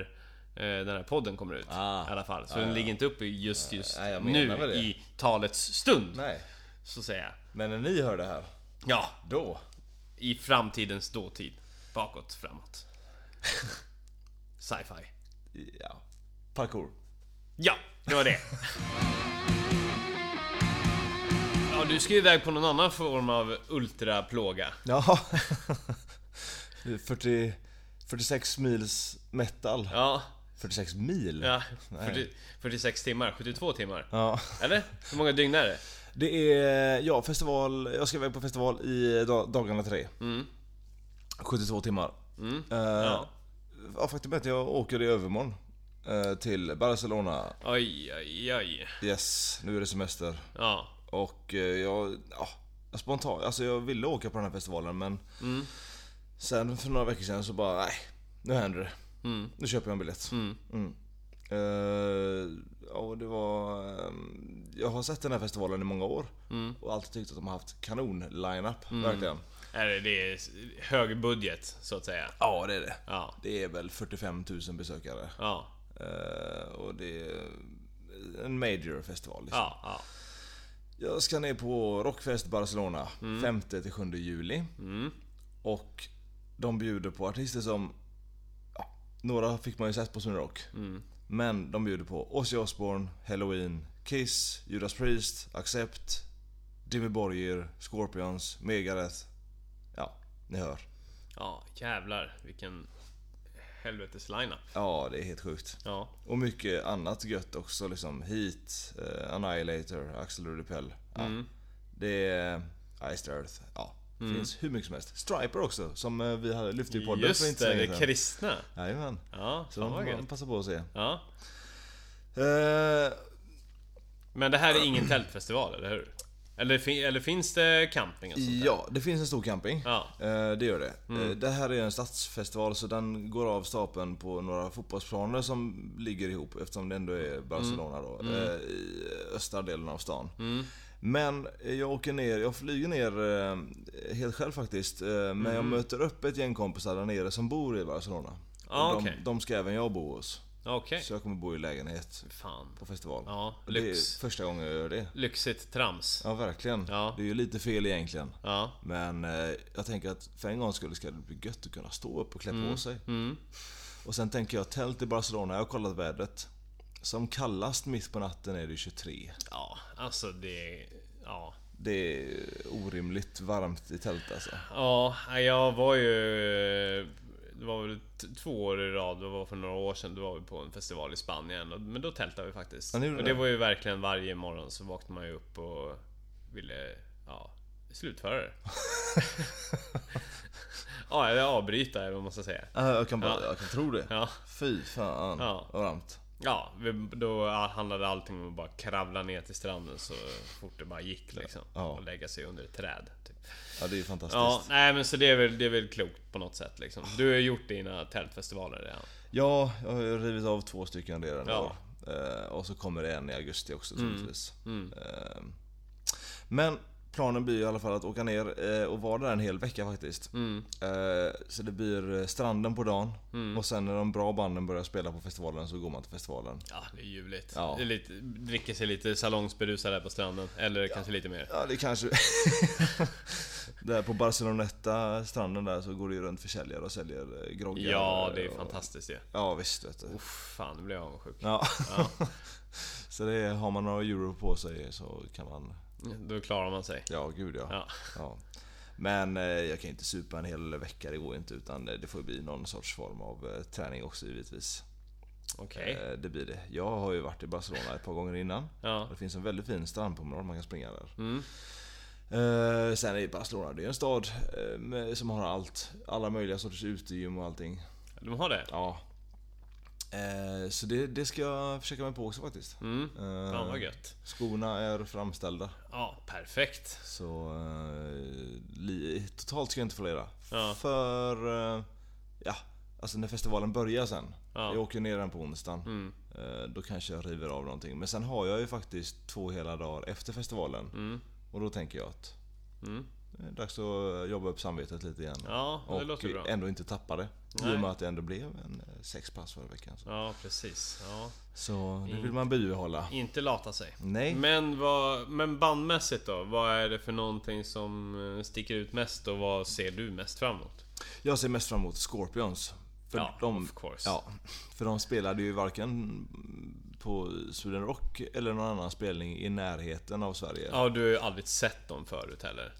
eh, den här podden kommer ut.
Ah.
I alla fall. Så den ligger inte uppe just, just
nej, jag menar väl
nu
det.
i talets stund.
Nej.
Så säger jag.
Men när ni hör det här,
Ja,
då.
i framtidens dåtid. Bakåt,
[LAUGHS]
framåt. Sci-fi.
Ja. Parkour.
Ja, det var det.
[LAUGHS]
Ja, du ska ju iväg på någon annan form av ultraplåga.
Ja. [LAUGHS] 40, 46 mils metal.
Ja,
46 mil?
ja 40, 46 timmar, 72 timmar.
Ja.
Eller? Hur många dygn är det?
Det är, ja, festival, jag ska iväg på festival i da- dagarna tre.
Mm.
72 timmar. Mm.
Ja.
ja, faktum är att jag åker i övermorgon. eh, till Barcelona.
Oj, oj, oj.
Yes, nu är det semester.
Ja.
Och eh, jag, ja, jag spontant, alltså jag ville åka på den här festivalen men Sen för några veckor sedan så bara, nej, nu händer det. Nu köper jag en biljett. Mm. Eh, ja, och det var, eh, jag har sett den här festivalen i många år och alltid tyckt att de har haft kanon line-up, verkligen.
Är det, det är hög budget, så att säga.
Ja, det är det.
Ja.
Det är väl 45 000 besökare.
Ja.
Eh, och det är en major festival. Liksom.
Ja. ja.
Jag ska ner på Rockfest Barcelona 5-7 juli. Och de bjuder på artister som... Ja, några fick man ju sett på Sweden Rock. Men de bjuder på Ozzy Osbourne, Halloween, Kiss, Judas Priest, Accept, Dimmy Borgir, Scorpions, Megadeth. Ja, ni hör.
Ja, jävlar vilken helvetes lineup.
Ja, det är helt sjukt.
Ja.
Och mycket annat gött också liksom. Heat, eh, Annihilator, Axel Rudipel. Ja.
Mm.
Det är Iced Earth. Ja. Finns hur mycket som helst. Striper också, som eh, vi hade lyft i podden för
Just
inte så
det,
länge
det
sedan.
kristna.
Jajamän.
Ja,
Så
fan
de
vad
får man
gött.
passa på att se.
Ja.
Eh,
Men det här är ingen tältfestival, eller hur? Eller, fin- eller finns det camping och sånt där?
ja, det finns en stor camping.
Ja.
Eh, det gör det.
Mm.
Eh, det här är en stadsfestival så den går av stapeln på några fotbollsplaner som ligger ihop eftersom det ändå är Barcelona
Mm.
då. eh, I östra delen av stan. Men eh, jag åker ner, jag flyger ner eh, helt själv faktiskt. eh, Men jag
Mm.
möter upp ett gäng kompisar där nere som bor i Barcelona.
Ja,
Och de,
Ah, okej.
de ska även jag bo hos.
Okej.
Så jag kommer bo i lägenhet
Fan.
på festival.
Ja,
Och det
lyx.
är första gången jag gör det.
Lyxigt trams.
Ja, verkligen.
Ja.
Det är ju lite fel egentligen.
Ja.
Men eh, jag tänker att för en gångs skull ska det bli gött att kunna stå upp och klä
Mm.
på sig. Och sen tänker jag tält i Barcelona, jag har kollat vädret. Som kallast mitt på natten är det 23.
Ja, alltså det... Ja.
Det är orimligt varmt i tält
[LAUGHS]
alltså.
Ja, nej, jag var ju... Det var väl t- två år i rad, det var för några år sedan, då var vi på en festival i Spanien. och- Men då tältade vi faktiskt.
Ja, ni gjorde
och det
det.
var ju verkligen varje morgon så vaknade man ju upp och ville, ja, slutföra det. ja, eller avbryta eller vad man ska säga.
Äh, jag, kan bara, jag kan tro det.
Ja.
Fy fan
Ja.
vad varmt.
Ja, vi, då handlade allting om att bara kravla ner till stranden så fort det bara gick liksom.
Ja.
Och lägga sig under ett träd. Typ.
Ja det är fantastiskt.
Ja, nej men så det är, väl, det är väl klokt på något sätt liksom. Du har ju gjort dina tältfestivaler redan.
Ja, jag har ju rivit av två stycken redan i
Ja. Mm.
år. Eh, och så kommer det en i augusti också troligtvis. Eh, men planen blir i alla fall att åka ner eh, och vara där en hel vecka faktiskt.
Mm.
Eh, så det blir eh, stranden på dagen och sen när de bra banden börjar spela på festivalen så går man till festivalen.
Ja, det är ljuvligt.
Ja.
Det är lite, [LAUGHS] dricker sig lite salongsberusad där på stranden. Eller kanske lite mer.
Ja, det kanske... Där på Barceloneta, stranden där, så går det ju runt försäljare och säljer eh, groggar.
Ja, det är
och-
fantastiskt ju. Ja.
Ja, visst vet du.
Uff, fan, nu blir jag avundsjuk.
Ja.
Ja.
[LAUGHS] så det är, har man några euro på sig så kan man...
Då klarar man sig.
Ja, gud ja.
Ja.
Ja. Men eh, jag kan ju inte supa en hel vecka, det går ju inte. Utan eh, det det får ju bli någon sorts form av eh, träning också givetvis.
Okej.
Eh, det blir det. Jag har ju varit i Barcelona ett par gånger innan.
Ja.
Det finns en väldigt fin strandpromenad man kan springa där.
Mm.
Eh, sen är ju Barcelona, det är ju en stad eh, med, som har allt. Alla möjliga sorters utegym och allting.
De har det?
Ja. Eh, så det, det ska jag försöka mig på också faktiskt.
Mm.
Eh,
Fan vad gött.
Skorna är framställda.
Ja, perfekt.
Så eh, li, totalt ska jag inte fallera.
Ja.
För... Eh, ja, alltså när festivalen börjar sen.
Ja.
Jag åker ner den på onsdagen.
Mm.
Eh, då kanske jag river av någonting. Men sen har jag ju faktiskt två hela dagar efter festivalen.
Mm.
Och då tänker jag att
Mm.
det är dags att jobba upp samvetet lite igen.
Ja, det
och eh.
låter bra.
ändå inte tappa det. I
Nej.
och med att det ändå blev en eh, sex pass förra veckan. Så,
Ja, precis. Ja.
så det vill man bibehålla.
Inte lata sig.
Nej.
Men, vad, men bandmässigt då? Vad är det för någonting som eh, sticker ut mest och vad ser du mest fram emot?
Jag ser mest fram emot Scorpions. För
ja,
de,
of course.
ja, för de spelade ju varken på Sweden Rock eller någon annan spelning i närheten av Sverige.
ja, du har ju aldrig sett dem förut
[LAUGHS]
heller.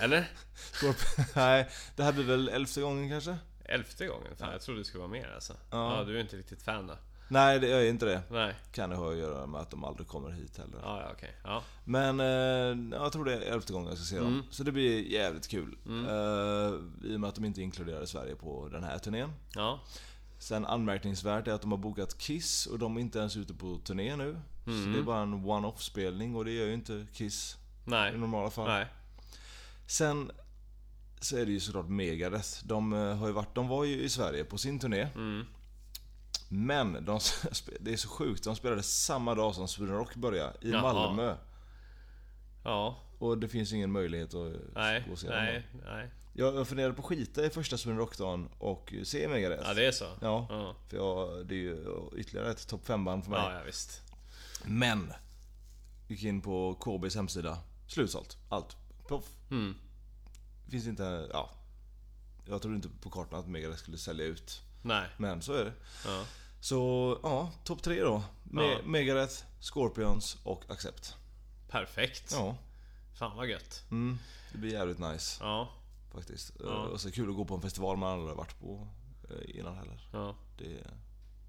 Eller?
Scorp- [LAUGHS] Nej, det här blir väl elfte gången kanske?
Elfte gången? Fan, jag trodde det skulle vara mer alltså. Ja.
Ja.
du är inte riktigt fan då.
Nej, det jag är inte det.
Nej.
Kan det ha att göra med att de aldrig kommer hit heller.
Ja, ja, okej. Ja.
Men eh, jag tror det är elfte gången jag ska se dem.
Mm.
Så det blir jävligt kul. Eh, I och med att de inte inkluderade Sverige på den här turnén.
Ja.
Sen anmärkningsvärt är att de har bokat Kiss och de är inte ens ute på turné nu. Så
Mm.
det är bara en one-off spelning och det gör ju inte Kiss
Nej.
i normala fall.
Nej.
Sen så är det ju såklart Megadeth. De, eh, har ju varit, de var ju i Sverige på sin turné.
Mm.
Men de, [LAUGHS] spe- det är så sjukt, de spelade samma dag som Sweden Rock började i
Jaha.
Malmö.
Ja.
Och det finns ingen möjlighet att
Nej.
gå och se dem.
Nej. Nej.
Jag jag funderade på att skita i första Sweden Rock-dagen och se Megadeth.
Ja, det är så.
Ja,
Ja,
för jag, det är ju ytterligare ett topp 5-band för mig.
ja, ja visst.
Men! Gick in på KBs hemsida. Slutsålt. Allt. Poff.
Mm.
Finns inte... Ja. Jag trodde inte på kartan att Megadeth skulle sälja ut.
Nej.
Men så är det.
Ja.
Så ja, topp tre då. Me-
Ja.
Megadeth, Scorpions och Accept.
Perfekt.
Ja.
Fan vad gött.
Mm. Det blir jävligt nice
Ja.
faktiskt. Eh,
Ja.
Och så kul att gå på en festival man aldrig har varit på eh, innan heller.
Ja.
Det,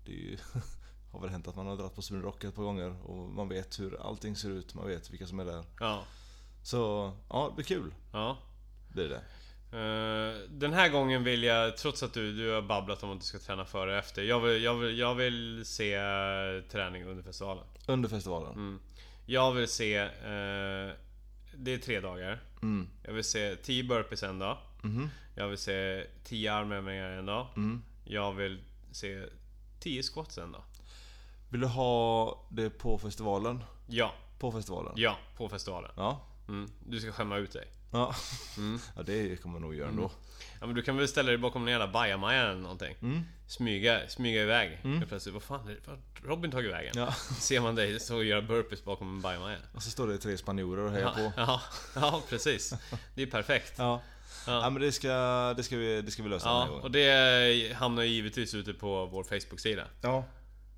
det är ju, [LAUGHS] har väl hänt att man har dragit på Sweden Rock ett par gånger och man vet hur allting ser ut, man vet vilka som är där.
Ja.
Så ja, det blir kul.
Ja.
Blir det.
Eh, Den här gången vill jag, trots att du, du har babblat om att du ska träna före och efter. Jag vill, jag vill, jag vill se eh, träning under festivalen.
Under festivalen.
Mm. Jag vill se... eh, det är tre dagar.
Mm.
Jag vill se 10 burpees en dag.
Mhm.
Jag vill se 10 armhävningar en dag.
Mm.
Jag vill se 10 squats en dag.
Vill du ha det på festivalen?
Ja,
På festivalen?
ja, på festivalen.
Ja.
Mm. Du ska skämma ut dig.
Ja,
Mm.
[LAUGHS] ja det kommer jag nog göra ändå.
Ja, men du kan väl ställa dig bakom en jävla bajamaja eller någonting.
Mm.
Smyga, smyga iväg. Helt plötsligt, vad fan, vad har Robin tagit vägen?
Ja.
Ser man dig stå och göra burpees bakom en bajamaja.
Och så står det tre spanjorer och hejar på.
Ja, ja, precis. Det är perfekt.
Ja.
Ja.
Ja. men det ska, det ska, vi, det ska vi lösa den här
Ja,
gången.
och det hamnar ju givetvis ute på vår Facebook-sida.
Ja.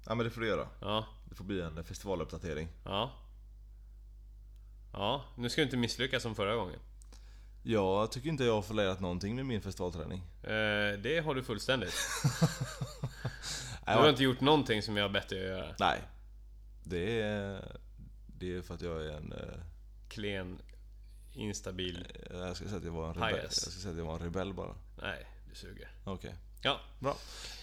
ja, men det får du göra.
Ja,
Det får bli en festivaluppdatering.
ja. Ja, nu ska du inte misslyckas som förra gången.
Jag tycker inte jag har förlorat någonting med min festivalträning.
Eh, det har du fullständigt. Du
Nej,
har
jag-
inte gjort någonting som jag har bett dig att göra.
Nej. Det är, det är för att jag är en... eh,
Klen, instabil.
Jag ska säga att jag var en rebell. Jag
Pajas.
ska säga att jag var en rebell bara.
Nej, du suger.
Okej,
Ja,
bra.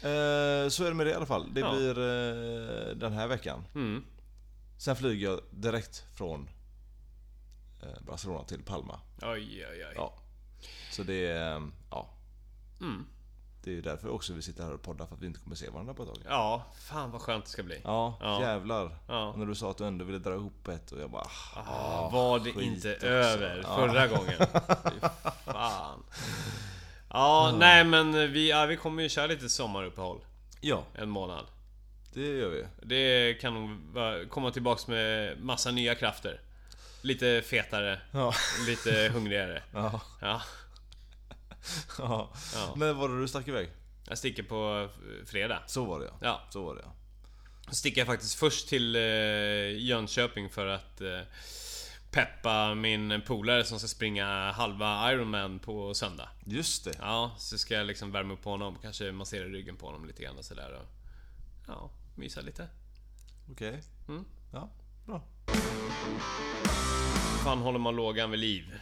Eh, så är det med det i alla fall. Det
Ja.
blir eh, den här veckan.
mm.
Sen flyger jag direkt från eh, Barcelona till Palma.
Oj, oj, oj.
Ja. Så det är... eh, Ja.
Mm.
Det är ju därför också vi sitter här och poddar, för att vi inte kommer se varandra på ett tag.
Ja, fan vad skönt det ska bli.
Ja,
Ja.
jävlar.
Ja.
När du sa att du ändå ville dra ihop ett och jag bara... ah,
Ah, var det
skit
inte
också.
över
Ja.
förra
[LAUGHS]
gången? Fy fan. Ja, nej men vi, ja, vi kommer ju köra lite sommaruppehåll.
Ja,
En månad.
det gör vi.
Det kan nog vara- komma tillbaks med massa nya krafter. Lite fetare,
Ja.
lite hungrigare.
[LAUGHS] Ja.
Ja.
ja.
Ja.
När var det du stack iväg?
Jag sticker på eh, fredag.
Så var det ja.
Ja,
Så var det ja.
Så sticker jag faktiskt först till eh, Jönköping för att eh, peppa min polare som ska springa halva Ironman på söndag.
Just det.
Ja, så ska jag liksom värma upp honom, kanske massera ryggen på honom lite grann och sådär. och- Ja, mysa lite.
Okej.
Mm.
Ja, bra.
Hur fan håller man lågan vid liv?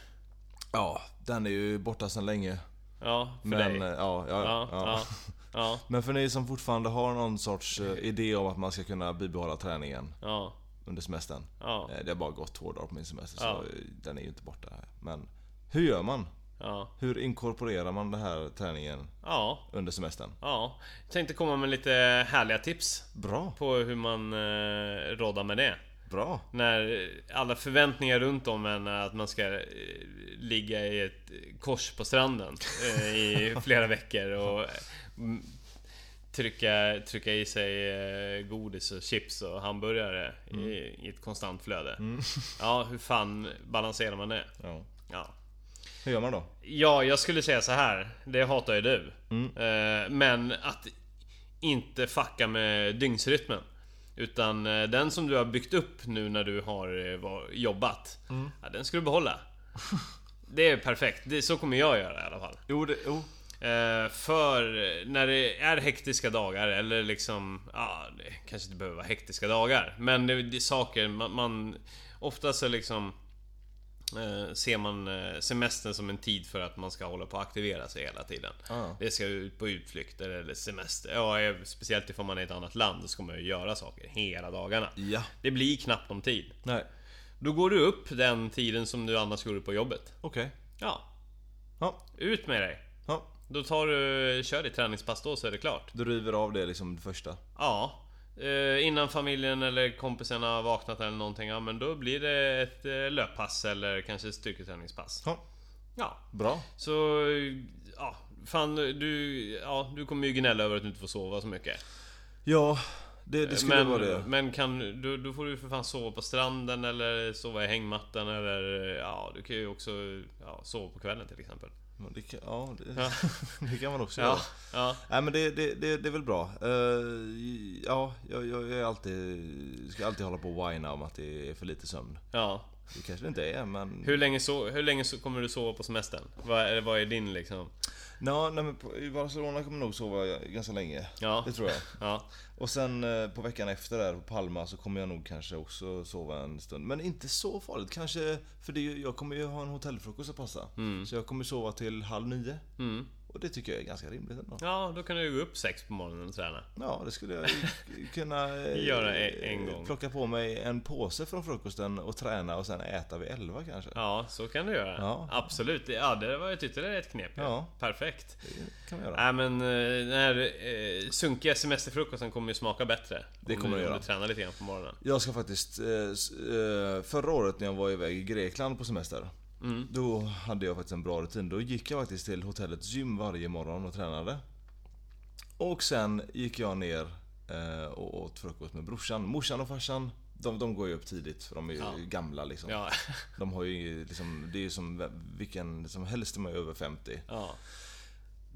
Ja, den är ju borta sedan länge.
Ja, för
Men,
dig.
eh, ja, ja,
ja, ja.
ja,
ja,
Men för ni som fortfarande har någon sorts eh, idé om att man ska kunna bibehålla träningen
ja,
under semestern.
ja,
Eh, Det har bara gått två dagar på min semester
Ja.
så eh, den är ju inte borta. Men hur gör man?
ja,
Hur inkorporerar man den här träningen
ja,
under semestern?
ja. Tänkte komma med lite härliga tips
Bra,
på hur man eh, roddar med det.
bra.
När alla förväntningar runt om en är att man ska eh, ligga i ett kors på stranden eh, i flera veckor och eh, m- trycka, trycka i sig eh, godis och chips och hamburgare i, i ett konstant flöde. Ja, hur fan balanserar man det?
Ja.
Ja.
Hur gör man då?
Ja, jag skulle säga så här. Det hatar ju du. Eh, Men att inte fucka med dygnsrytmen. Utan eh, den som du har byggt upp nu när du har eh, var- jobbat. Ja, den ska du behålla. Det är perfekt. Det, så kommer jag göra i alla fall.
Jo, det, jo.
Eh, För när det är hektiska dagar eller liksom... Ja, det kanske inte behöver vara hektiska dagar. Men det, det är saker man... man oftast är liksom... Eh, ser man eh, semestern som en tid för att man ska hålla på att aktivera sig hela tiden.
Ja.
Det ska ut på utflykter eller semester. Ja, eh, speciellt ifall man är i ett annat land så ska man ju göra saker hela dagarna.
Ja.
Det blir knappt om tid.
Nej.
Då går du upp den tiden som du annars går upp på jobbet.
Okej.
Ja,
Ja.
ut med dig.
ja.
Då tar du, kör ditt träningspass då så är det klart.
Du river av det liksom det första.
Ja. Eh, innan familjen eller kompisarna har vaknat eller någonting, ja men då blir det ett eh, löppass eller kanske ett styrketräningspass.
Ja.
Ja,
Bra.
Så, ja. Fan, du, ja, du kommer ju gnälla över att du inte får sova så mycket.
Ja, det, det skulle
men
vara det.
men kan, du, då får du för fan sova på stranden eller sova i hängmattan eller... Ja, du kan ju också ja, sova på kvällen till exempel.
Men Det kan, ja, det,
Ja.
[LAUGHS] det kan man också
Ja,
göra.
ja,
Nej men det, det, det, det är väl bra. Eh, ja, jag, jag, jag är alltid, ska alltid hålla på och whina om att det är för lite sömn.
ja.
Det kanske det inte är men...
Hur länge, so, hur länge so, kommer du sova på semestern? Vad, är- vad är din liksom...
Nå, nej, men på, I Barcelona kommer jag nog sova ganska länge.
Ja,
Det tror jag.
ja,
Och sen eh, på veckan efter där på Palma så kommer jag nog kanske också sova en stund. Men inte så farligt kanske. För det, är ju- jag kommer ju ha en hotellfrukost att passa. Så jag kommer sova till halv nio.
mm.
Och det tycker jag är ganska rimligt ändå.
ja, då kan du gå upp sex på morgonen och träna.
Ja, det skulle jag ju
[LAUGHS]
kunna... eh,
Göra e- en
eh,
gång.
Plocka på mig en påse från frukosten och träna och sen äta vid elva kanske.
Ja, så kan du göra.
Ja.
Absolut. Det- Ja, det var ju ytterligare ett knep. Ja.
Ja.
Perfekt.
Det kan man göra.
Nej men eh, den här eh, sunkiga semesterfrukosten kommer ju smaka bättre.
Det
om
kommer
du,
den
om
göra.
du tränar lite grann på morgonen.
Jag ska faktiskt... eh, s- eh, Förra året när jag var iväg i Grekland på semester.
Mm.
Då hade jag faktiskt en bra rutin. Då gick jag faktiskt till hotellets gym varje morgon och tränade. Och sen gick jag ner eh, och åt frukost med brorsan. Morsan och farsan, de, de går ju upp tidigt för de är ju
Ja.
gamla liksom.
Ja, [LAUGHS]
De har ju liksom, det är ju som vem- vilken som helst, de är över 50.
ja.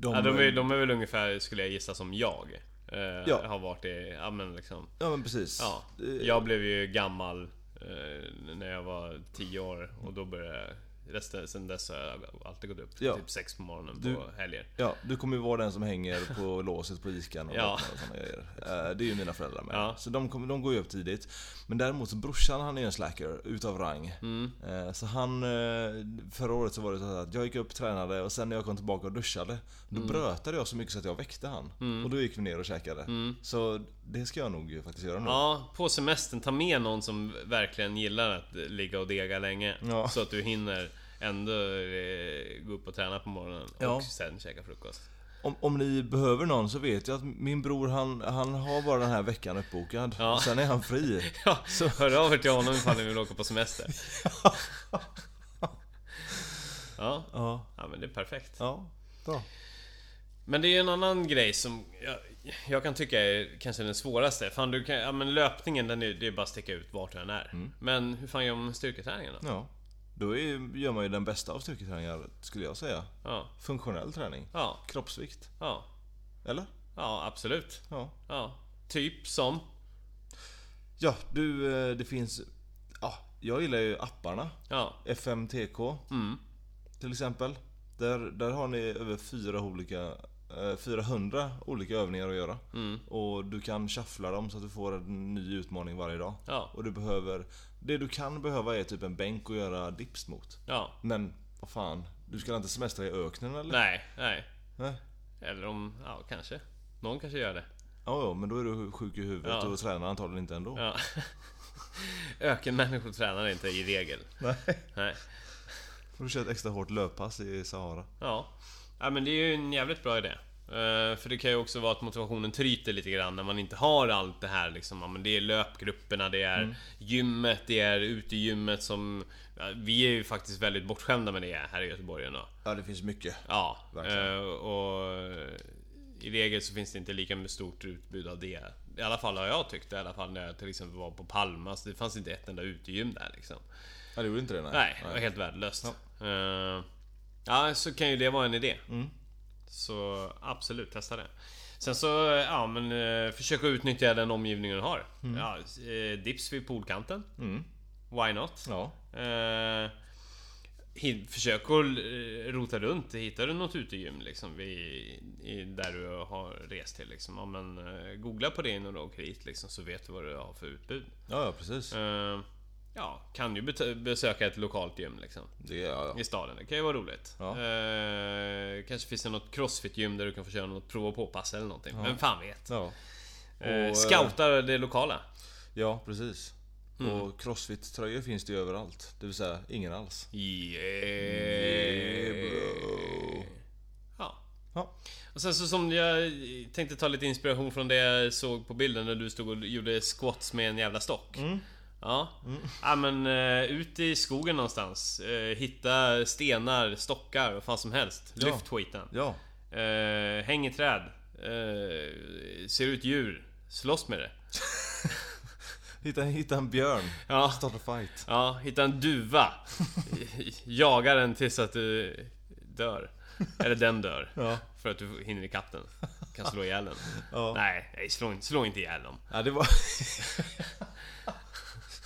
ja de, är, de är väl ungefär, skulle jag gissa, som jag. Eh,
eh, Ja.
Har varit i, ja men liksom.
Ja men precis.
Ja.
Eh,
Jag blev ju gammal eh, när jag var 10 år och då började jag Resten, sen dess har jag alltid gått upp till
Ja.
typ 6 på morgonen
Du-
på helger.
ja, du kommer ju vara den som hänger
[LAUGHS]
på låset på ICAn och,
Ja.
ja. och sådana grejer. Eh, Det är ju mina föräldrar med.
Ja.
Så de, kommer- de går ju upp tidigt. Men däremot så brorsan han är en slacker utav rang.
Mm.
Eh, Så han, eh, förra året så var det så här att jag gick upp, tränade och sen när jag kom tillbaka och duschade. Då
Mm.
brötade jag så mycket så att jag väckte han. Och då gick vi ner och käkade. Så det ska jag nog faktiskt göra nu.
Mm. Ja, på semestern, ta med någon som verkligen gillar att ligga och dega länge.
Ja.
Så att du hinner ändå eh, gå upp och träna på morgonen
Ja.
och sen käka frukost. [LAUGHS]
Om, om ni behöver någon så vet jag att min bror han, han har bara den här veckan uppbokad.
Ja.
Och sen är
[LAUGHS]
han fri.
Ja, så hör av er till honom ifall ni vill åka på semester. Ja,
Ja.
ja men det är perfekt.
Ja. Bra.
Men det är ju en annan grej som jag, jag kan tycka är kanske den svåraste. Fan, du kan, ja, men löpningen den är, det är bara att sticka ut vart den är. Men hur fan gör man med styrketräningen då?
Ja. Då är, gör man ju den bästa av styrketräningar, skulle jag säga.
Ja,
Funktionell träning.
ja,
Kroppsvikt.
ja,
Eller?
ja absolut.
Ja.
Ja, typ som.
Ja, du, eh, det finns... Ja, jag gillar ju apparna.
Ja,
FMTK
mm,
till exempel. Där, där har ni över 400 olika, eh, 400 olika övningar att göra.
mm,
Och du kan shuffla dem så att du får en ny utmaning varje dag.
ja,
Och du behöver... Det du kan behöva är typ en bänk att göra dips mot.
ja.
Men vad fan, du ska inte semestra i öknen eller?
Nej, nej.
Nej.
Eller om, ja kanske. Någon kanske gör det.
Ja, ja, men då är du sjuk i huvudet
Ja.
och tränar antagligen inte ändå.
Ja. [LAUGHS] Ökenmänniskor tränar inte i regel.
Nej.
Nej.
Får du köra ett extra hårt löppass i Sahara.
Ja. ja, men det är ju en jävligt bra idé. Eh, För det kan ju också vara att motivationen tryter lite grann när man inte har allt det här liksom. Ja, men det är löpgrupperna, det är gymmet, det är utegymmet som... ja, Vi är ju faktiskt väldigt bortskämda med det här i Göteborg ändå.
Ja, det finns mycket.
Ja,
Verkligen.
eh, och eh, i regel så finns det inte lika stort utbud av det. I alla fall har jag tyckt, i alla fall när jag till exempel var på Palmas. Det fanns inte ett enda utegym där liksom.
Ja, det gjorde inte det
Nej, det var helt värdelöst. Eh, ja, så kan ju det vara en idé. Så absolut, testa det. Sen så, ja men eh, försök att utnyttja den omgivningen du har. Ja, eh, dips vid poolkanten.
Mm.
Why not?
Ja.
Eh, hin- försök att eh, rota runt. Hittar du något utegym liksom, vid, i, där du har rest till? Liksom. Ja, men, eh, googla på det innan du åker hit liksom, så vet du vad du har för utbud.
Ja, ja precis.
Eh, ja, kan ju bet- besöka ett lokalt gym liksom,
Det, ja, ja.
i staden. Det kan ju vara roligt.
Ja.
Eh, kanske finns det något crossfit-gym där du kan få köra något prova på-pass eller någonting. Vem fan vet?
Ja.
Eh,
Och,
scouta det lokala.
ja, precis. Och crossfit-tröjor finns det ju överallt. Det vill säga, ingen alls.
Yeah. Ja.
Ja.
Och sen så som jag tänkte ta lite inspiration från det jag såg på bilden när du stod och gjorde squats med en jävla stock. Ja. ja men eh, ut i skogen någonstans. Eh, Hitta stenar, stockar, vad fan som helst.
Ja.
Lyft skiten.
Ja.
Eh, Häng i träd. Eh, Ser ut djur. Slåss med det.
Hitta, hitta en björn.
Ja.
Starta fight.
Ja, hitta en duva. Jaga den tills att du dör. Eller den dör.
Ja.
För att du hinner ikapp den. Kan slå ihjäl den.
Ja.
Nej, nej slå, inte- slå inte ihjäl dem.
Ja, det var... [LAUGHS]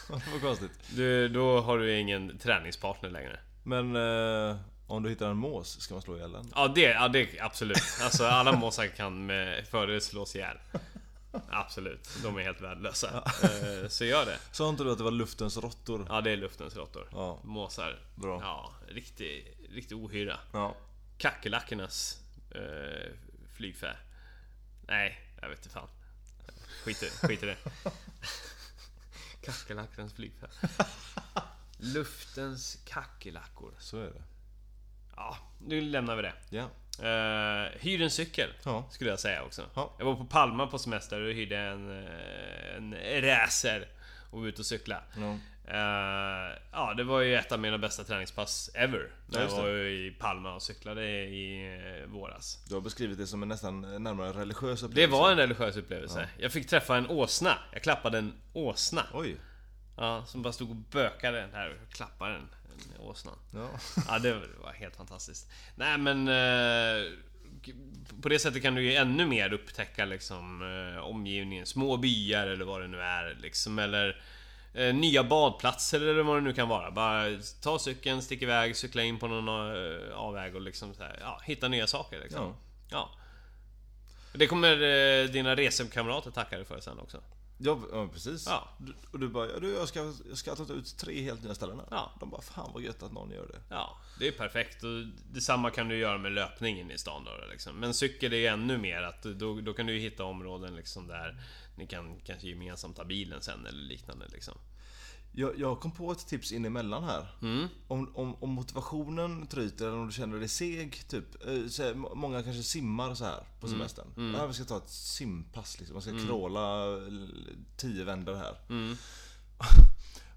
det var konstigt.
Du, då har du ingen träningspartner längre.
Men eh, om du hittar en mås, ska man slå ihjäl den?
Ja, det, ja, det absolut. Alltså alla måsar kan med fördel slås ihjäl. Absolut, de är helt värdelösa. Eh, Så gör det.
Sa inte du att det var luftens råttor?
Ja, det är luftens råttor.
Ja.
Måsar.
Bra.
Ja, riktig, riktig ohyra.
Ja.
kackerlackornas eh, flygfä. Nej, jag vet inte fan. Skit i, skit i
[LAUGHS]
det. Kackerlackornas flygfä. Luftens kackerlackor.
Så är det.
Ja, nu lämnar vi det.
Ja.
Uh, hyr en cykel,
Ja.
skulle jag säga också.
Ja.
Jag var på Palma på semester och hyrde en, eh, en racer och var ute och cykla.
Ja.
Eh, ja, det var ju ett av mina bästa träningspass ever. När
Ja,
jag
just det.
var i Palma och cyklade i eh, våras.
Du har beskrivit det som en nästan närmare religiös
Det
upplevelse.
var en religiös upplevelse. Jag fick träffa en åsna. Jag klappade en åsna.
Oj.
Ja, som bara stod och bökade den här. Jag klappade den. den åsnan.
Ja.
Ja, det var helt fantastiskt. Nej men... eh, På det sättet kan du ju ännu mer upptäcka liksom eh, omgivningen. Små byar eller vad det nu är liksom. Eller eh, nya badplatser eller vad det nu kan vara. Bara ta cykeln, stick iväg, cykla in på någon eh, avväg och liksom så här, ja, hitta nya saker liksom.
ja.
Ja. Det kommer eh, dina resekamrater tacka dig för sen också.
Ja, ja precis.
Ja.
Du, och du bara, ja, du, jag ska, jag ska ta ut tre helt nya ställen här.
Ja.
De bara, fan vad gött att någon gör det.
Ja, det är perfekt. Och detsamma kan du göra med löpningen i stan då, liksom. Men cykel är ju ännu mer att då, då kan du ju hitta områden liksom där ni kan kanske gemensamt ta bilen sen eller liknande liksom.
Jag, jag kom på ett tips in emellan här. Om, om, om motivationen tryter eller om du känner dig seg, typ. eh, Så här, må- många kanske simmar så här på semestern. Ja, vi ska ta ett simpass liksom. Man ska kråla l- tio vändor här. [LAUGHS]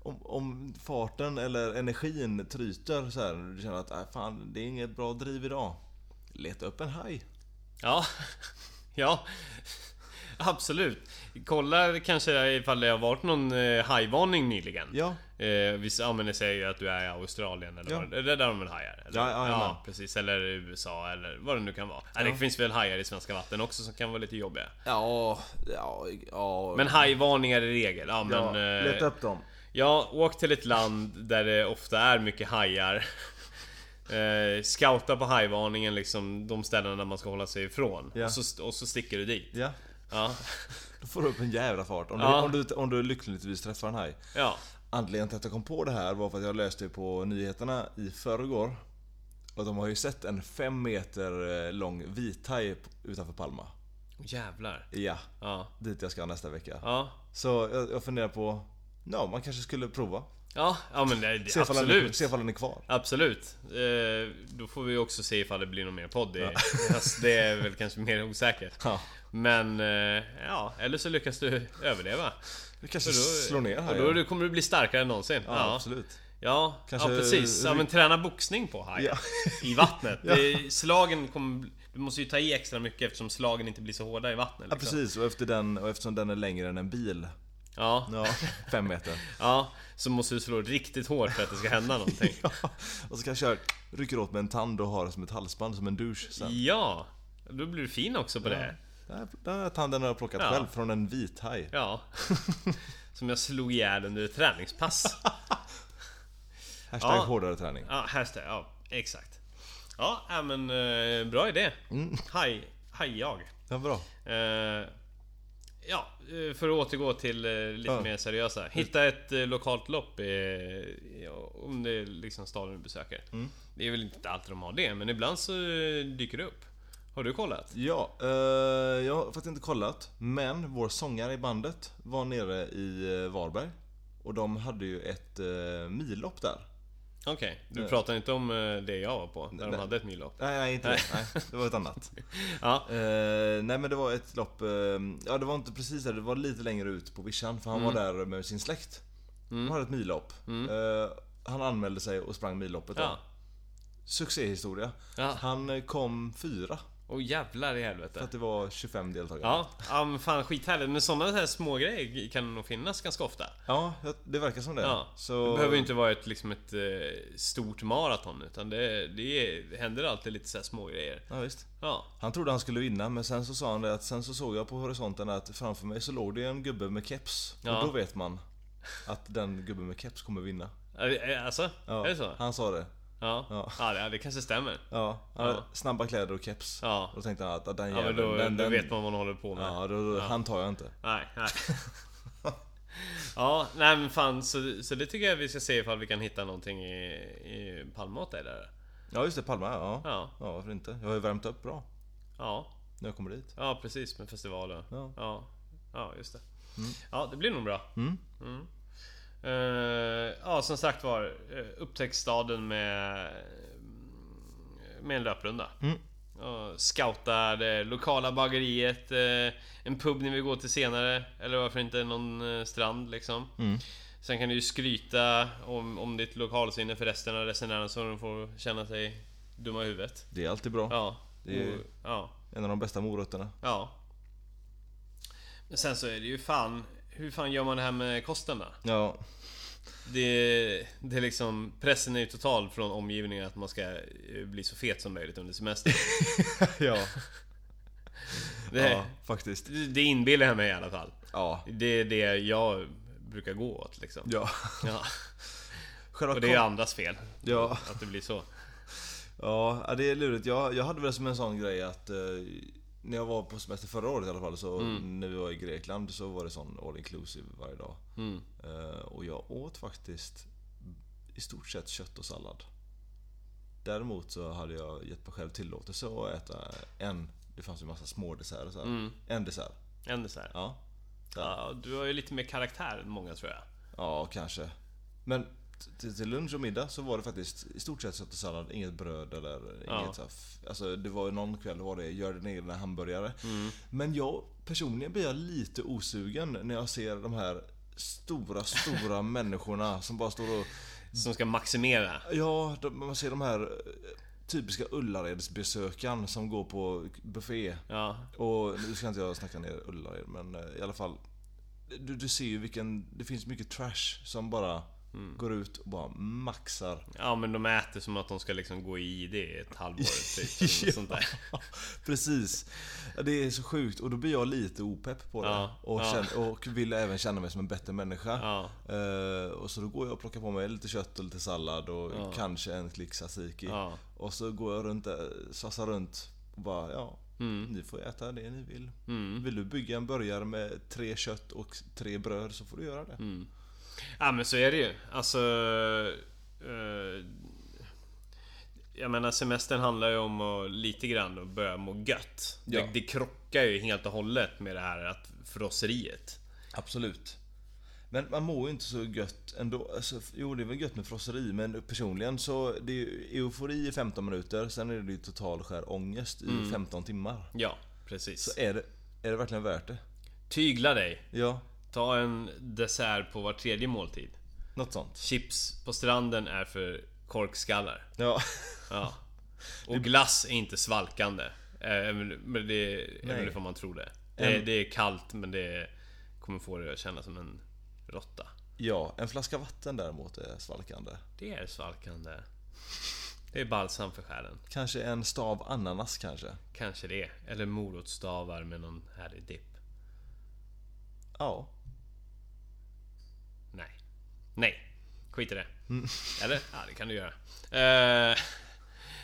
om, om farten eller energin tryter så här. Du känner att, äh, fan det är inget bra driv idag. Leta upp en haj.
Ja, [LAUGHS] ja. Absolut. Kolla kanske ifall det har varit någon eh, hajvarning nyligen.
Ja.
Eh, vissa använder sig ju att du är i Australien eller
Ja.
vad det är. där de väl hajar? Eller?
Ja, ja, ja, men.
precis. Eller i USA eller vad det nu kan vara. Ja. Det finns väl hajar i svenska vatten också som kan vara lite jobbiga.
Ja, ja, ja.
Men hajvarningar i regel. Ja, men,
ja,
eh,
leta upp dem.
Ja, åk till ett land där det ofta är mycket hajar. [LAUGHS] Eh, scouta på hajvarningen liksom, de ställen där man ska hålla sig ifrån.
Ja.
Och, så, och så sticker du dit.
Ja.
Ja. [LAUGHS]
Då får du upp en jävla fart. Om,
Ja.
du, om, du, om du lyckligtvis träffar en haj.
ja.
Anledningen till att jag kom på det här var för att jag läste på nyheterna i förrgår. Och de har ju sett en fem meter eh, lång vithaj utanför Palma.
Åh, Jävlar.
Ja,
Ja.
dit jag ska nästa vecka.
Ja.
Så jag, jag funderar på... Ja, man kanske skulle prova.
Ja, ja men det, det,
Se ifall den är-
absolut.
se ifall den är kvar.
Absolut. Eh, då får vi också se ifall det blir någon mer podd i höst. Det är väl kanske mer osäkert.
Ja.
Men eh, ja, eller så lyckas du överleva.
Vi kanske
Och då-
slår ner
Och
hajen.
då är du- kommer du bli starkare än någonsin.
ja, absolut.
Ja,
Kanske-
ja precis. Ja, men träna boxning på hajen. I vattnet.
[LAUGHS] Ja.
Det, slagen kommer... bli- Du måste ju ta i extra mycket eftersom slagen inte blir så hårda i vattnet.
Ja,
Liksom.
precis. Och, efter den, och eftersom den är längre än en bil.
Ja,
Ja, [LAUGHS] fem meter.
ja. Så måste du slå riktigt hårt för att det ska hända
[LAUGHS]
någonting.
Ja, och så kanske jag rycker åt med en tand och har det som ett halsband, som en douche sen.
Ja, då blir du fin också på det.
Den här- Den här tanden har jag plockat
Ja.
själv från en vithaj.
Ja. [LAUGHS] Som jag slog ihjäl under ett träningspass.
[LAUGHS] Hashtag
Ja.
hårdare träning.
Ja, hashtag. Ja, exakt. Ja, äh, men eh, bra idé.
Mm.
Haj, hajjag.
Ja, bra.
Eh, ja, eh, för att återgå till eh, lite
Ja. Mm.
mer seriösa. Hitta ett eh, lokalt lopp eh, ja, om det är liksom staden du besöker.
Mm.
Det är väl inte alltid de har det, men ibland så eh, dyker det upp. Har du kollat?
Ja, eh, jag har faktiskt inte kollat. Men vår sångare i bandet var nere i eh, Varberg. Och de hade ju ett eh, millopp där.
Okej, du pratar inte om eh, det jag var på, där de
Nej.
hade ett millopp.
Nej, nej inte det. Nej, det var ett annat.
Ja,
Eh, nej men det var ett lopp, eh, ja det var inte precis där, det var lite längre ut på vischan för han var
Mm.
där med sin släkt. De hade ett millopp. Eh, han anmälde sig och sprang milloppet då.
ja.
Succéhistoria.
Ja.
Han eh, kom fyra
Åh jävlar i
för
helvete.
att det var 25 deltagare.
Ja, ja men fan skithärligt. Men sådana här små grejer kan nog finnas ganska ofta.
Ja, ja, det verkar som det.
Ja.
Så,
Det behöver ju inte vara ett, liksom ett eh, stort maraton utan det, det händer alltid lite så här små grejer.
Ja, visst.
Ja,
Han trodde han skulle vinna men sen så sa han det att sen så såg jag på horisonten att framför mig så låg det en gubbe med keps.
Ja.
Och då vet man att den gubben med keps kommer vinna.
Eh, eh, alltså?
Ja,
Är det så?
Han sa det.
Ja,
Ja.
ja. det, det kanske stämmer.
Ja, han hade
Ja.
snabba kläder och keps.
Ja.
Och då tänkte han att att den
Ja, men
jäveln,
då,
den,
då
den,
vet man vad man håller på med.
Ja, då, då, han tar jag inte.
Nej,
[LAUGHS]
nej. ja, nej men fan så, så det tycker jag vi ska se ifall vi kan hitta någonting i, i Palma åt dig där.
Ja just det, Palma ja. ja.
Ja,
Ja, varför inte? Jag har ju värmt upp bra
ja.
när jag kommer dit.
Ja precis, med festivalen.
Ja.
Ja, ja. just det. Ja, det blir nog bra.
Mm.
Mm. Eh, ja, som sagt var. eh, Upptäck staden med, eh, med en löprunda.
Mm.
Och scouta det lokala bageriet, eh, en pub ni vill gå till senare. Eller varför inte någon eh, strand liksom.
Mm.
Sen kan du ju skryta om, om ditt lokalsinne för resten av resenärerna så de får känna sig dumma i huvudet.
Det är alltid bra.
Ja.
Det är ju-
Och- ja.
En av de bästa morötterna.
Ja. Men sen så är det ju fan... Hur fan gör man det här med kosten då? [LAUGHS]
Ja,
Det, det är liksom... Pressen är ju total från omgivningen att man ska eh, bli så fet som möjligt under [LAUGHS] semestern.
[LAUGHS] ja.
Det,
ja faktiskt.
det inbillar jag mig i alla fall.
Ja.
Det är det jag brukar gå åt [LAUGHS] liksom.
Ja. [LAUGHS]
Ja.
Själva
Och det är ju andras fel.
Ja.
Att det blir så.
Ja, ja, det är lurigt. Jag, jag hade väl som en sån grej att eh, när jag var på semester förra året i alla fall, så när vi var i Grekland så var det sån all inclusive varje dag.
Mm.
Eh, och jag åt faktiskt i stort sett kött och sallad. Däremot så hade jag gett mig själv tillåtelse att äta en, det fanns ju massa små desserter så här.
Mm.
En dessert,
Ändå så här.
ja.
Ja, du har ju lite mer karaktär än många tror jag.
Ja, kanske. Men t- till, till lunch och middag så var det faktiskt i stort sett kött och sallad, inget bröd eller
Ja.
inget så här, f- Alltså det var ju någon kväll var det, gör din egna hamburgare.
Mm.
Men jag personligen blir jag lite osugen när jag ser de här stora, stora [LAUGHS] människorna som bara står och
Som ska maximera.
Ja, de, man ser de här eh, typiska Ullaredsbesökaren som går på buffé.
Ja.
Och nu ska inte jag snacka ner Ullared, men eh, i alla fall. Du, du ser ju vilken... Det finns mycket trash som bara
Mm.
går ut och bara maxar.
ja men de äter som att de ska liksom gå i det i ett halvår typ.
[LAUGHS]
eller något sånt där.
Precis. Ja, Det är så sjukt och då blir jag lite opepp på det.
Ja,
och,
ja.
Känner, och vill även känna mig som en bättre människa.
Ja.
Eh, och så då går jag och plockar på mig lite kött och lite sallad och kanske en klick tzatziki.
Ja.
Och så går jag runt där, svassar runt och bara ja, ni får äta det ni vill. Vill du bygga en burgare med tre kött och tre bröd så får du göra det.
Ja men så är det ju. Alltså... Eh, jag menar semestern handlar ju om att lite grann att börja må gött.
Ja.
Det, det krockar ju helt och hållet med det här att frosseriet.
Absolut. Men man mår ju inte så gött ändå. Alltså, jo, det är väl gött med frosseri, men personligen så... Det är ju eufori i 15 minuter, sen är det ju total skär ångest i 15 timmar.
Ja, precis.
Så är det, är det verkligen värt det?
Tygla dig.
Ja,
Ta en dessert på var tredje måltid.
något sånt.
Chips på stranden är för korkskallar.
Ja. [LAUGHS]
Ja. Och glass är inte svalkande. Eh, Men det, även
Nej.
det får man tro det. Det,
En-
det är kallt men det kommer få dig att känna som en råtta.
ja, en flaska vatten däremot är svalkande.
Det är svalkande. Det är balsam för själen.
Kanske en stav ananas kanske.
Kanske det. Eller morotsstavar med någon härlig dipp.
Ja.
Nej. Nej. Skit i det. Eller? Ja, det kan du göra. Eh,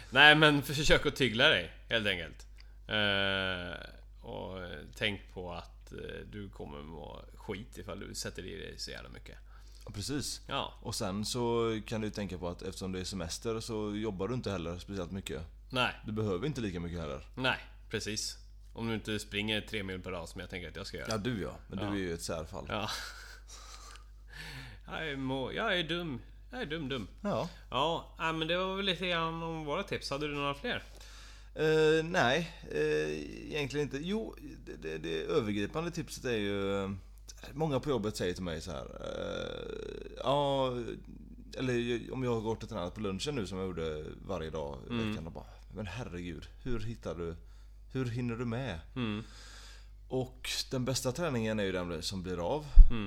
nej, men försök att tygla dig helt enkelt. Eh, och eh, tänk på att eh, du kommer må skit ifall du sätter i dig så jävla mycket.
ja, precis.
Ja,
Och sen så kan du ju tänka på att eftersom det är semester så jobbar du inte heller speciellt mycket.
nej,
Du behöver inte lika mycket heller.
nej, precis. Om du inte springer tre mil per dag som jag tänker att jag ska göra.
Ja, du ja. Men du är ju ett särfall.
Ja. Jag är, må- jag är dum. Jag är dum, dum.
ja.
Ja, nej, men det var väl lite grann om våra tips. Hade du några fler?
Eh, nej, eh, egentligen inte. Jo, det, det, det övergripande tipset är ju... eh, Många på jobbet säger till mig så här. eh, Ja, eller ju- om jag har gått och tränat på lunchen nu som jag gjorde varje dag i veckan. Och bara, men herregud, hur hittar du... Hur hinner du med? Och den bästa träningen är ju den som blir av.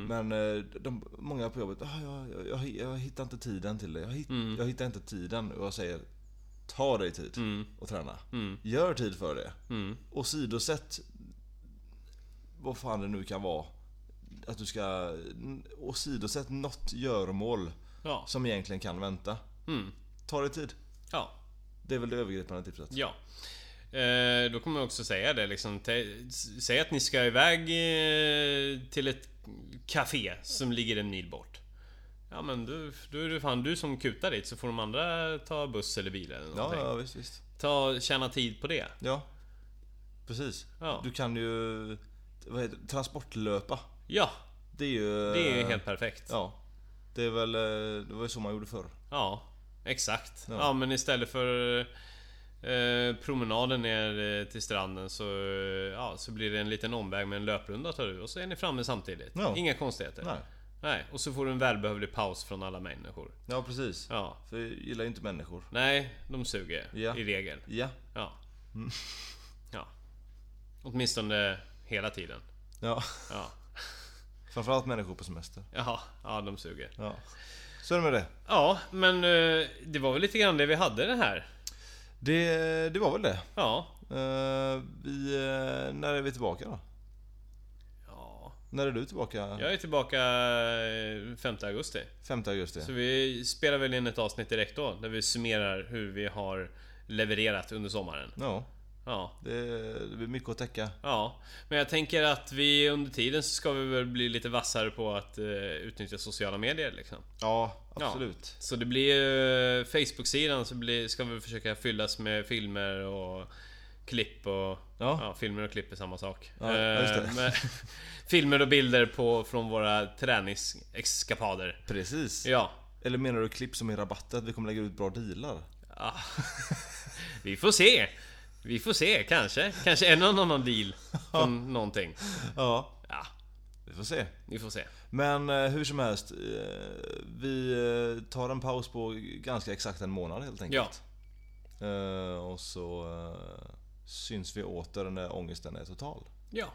Men eh, de, många på jobbet, ah, jag, jag, jag, jag hittar inte tiden till det. Jag, hitt, jag hittar inte tiden. Och jag säger, ta dig tid och träna. Gör tid för det.
Mm.
Och sidosätt vad fan det nu kan vara. Att du ska åsidosätt något göromål
Ja.
som egentligen kan vänta.
Mm.
Ta dig tid.
Ja,
Det är väl det övergripande tipset.
ja. Eh, då kommer jag också säga det liksom. Te- s- Säg att ni ska iväg eh, till ett café som ligger en mil bort. Ja men du, då är det fan du som kutar dit så får de andra ta buss eller bil eller
Ja,
någonting.
ja visst, visst.
Ta, tjäna tid på det.
Ja. Precis.
Ja.
Du kan ju... Vad heter det? Transportlöpa.
Ja,
Det är ju...
det är ju helt perfekt.
Eh, Ja. Det är väl... eh, Det var ju så man gjorde förr.
Ja, exakt.
Ja.
Ja. men istället för eh, promenaden ner eh, till stranden så, eh, ja, så blir det en liten omväg med en löprunda tar du och så är ni framme samtidigt.
Ja.
Inga konstigheter.
Nej.
Nej, och så får du en välbehövlig paus från alla människor.
Ja, precis.
Ja.
För jag gillar ju inte människor.
Nej, de suger
Ja.
i regel.
Ja.
Ja. ja. Åtminstone hela tiden.
Ja. [LAUGHS]
Ja.
Framförallt människor på semester.
Jaha, ja de suger.
Ja. Så är det med det.
Ja, men eh, det var väl lite grann det vi hade det här.
Det, det var väl det.
Ja.
Eh, vi, eh, när är vi tillbaka då?
ja.
När är du tillbaka?
Jag är tillbaka eh, 5 augusti.
5 augusti.
Så vi spelar väl in ett avsnitt direkt då, där vi summerar hur vi har levererat under sommaren.
Ja,
Ja.
det, det blir mycket att täcka.
Ja, men jag tänker att vi under tiden så ska vi väl bli lite vassare på att eh, utnyttja sociala medier liksom.
Ja,
Ja.
absolut.
Så det blir ju... eh, Facebook-sidan så blir, ska vi försöka fyllas med filmer och klipp och... Ja.
Ja.
filmer och klipp är samma sak.
Ja, ja, just det.
Eh, [LAUGHS] men- filmer och bilder på, från våra träningsexkapader.
Precis.
Ja.
Eller menar du klipp som är rabatter? Att vi kommer lägga ut bra dealar?
ja. Ah. [LAUGHS] Vi får se. Vi får se, kanske. Kanske en och annan deal från någonting.
Ja,
Ja,
vi får se.
vi får se.
Men eh, hur som helst, eh, vi eh, tar en paus på ganska exakt en månad helt enkelt.
Ja.
Eh, och så eh, syns vi åter när ångesten är total.
Ja.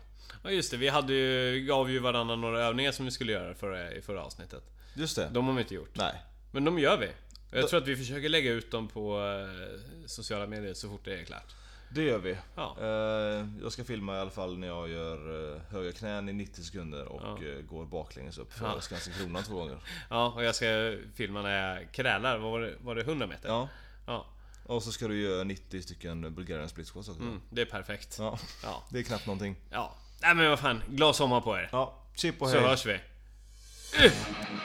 ja, just det. Vi hade ju, vi gav ju varandra några övningar som vi skulle göra förra, i förra avsnittet.
Just det.
De har vi inte gjort.
Nej.
Men de gör vi. Och Jag tror att vi försöker lägga ut dem på eh, sociala medier så fort det är klart.
Det gör vi.
Ja.
Eh, jag ska filma i alla fall när jag gör eh, höga knän i 90 sekunder och eh, går baklänges upp för Skansen Kronan två gånger.
Ja, och jag ska filma när jag krälar. Vad var det? Var det 100 meter?
Ja.
Ja.
Och så ska du göra 90 stycken Bulgarian split squats också.
Mm, det är perfekt.
Ja.
Ja.
Det är knappt någonting.
Ja. Nej men vad fan. Glad sommar på er.
Ja, chip och
Så
hej.
hörs vi.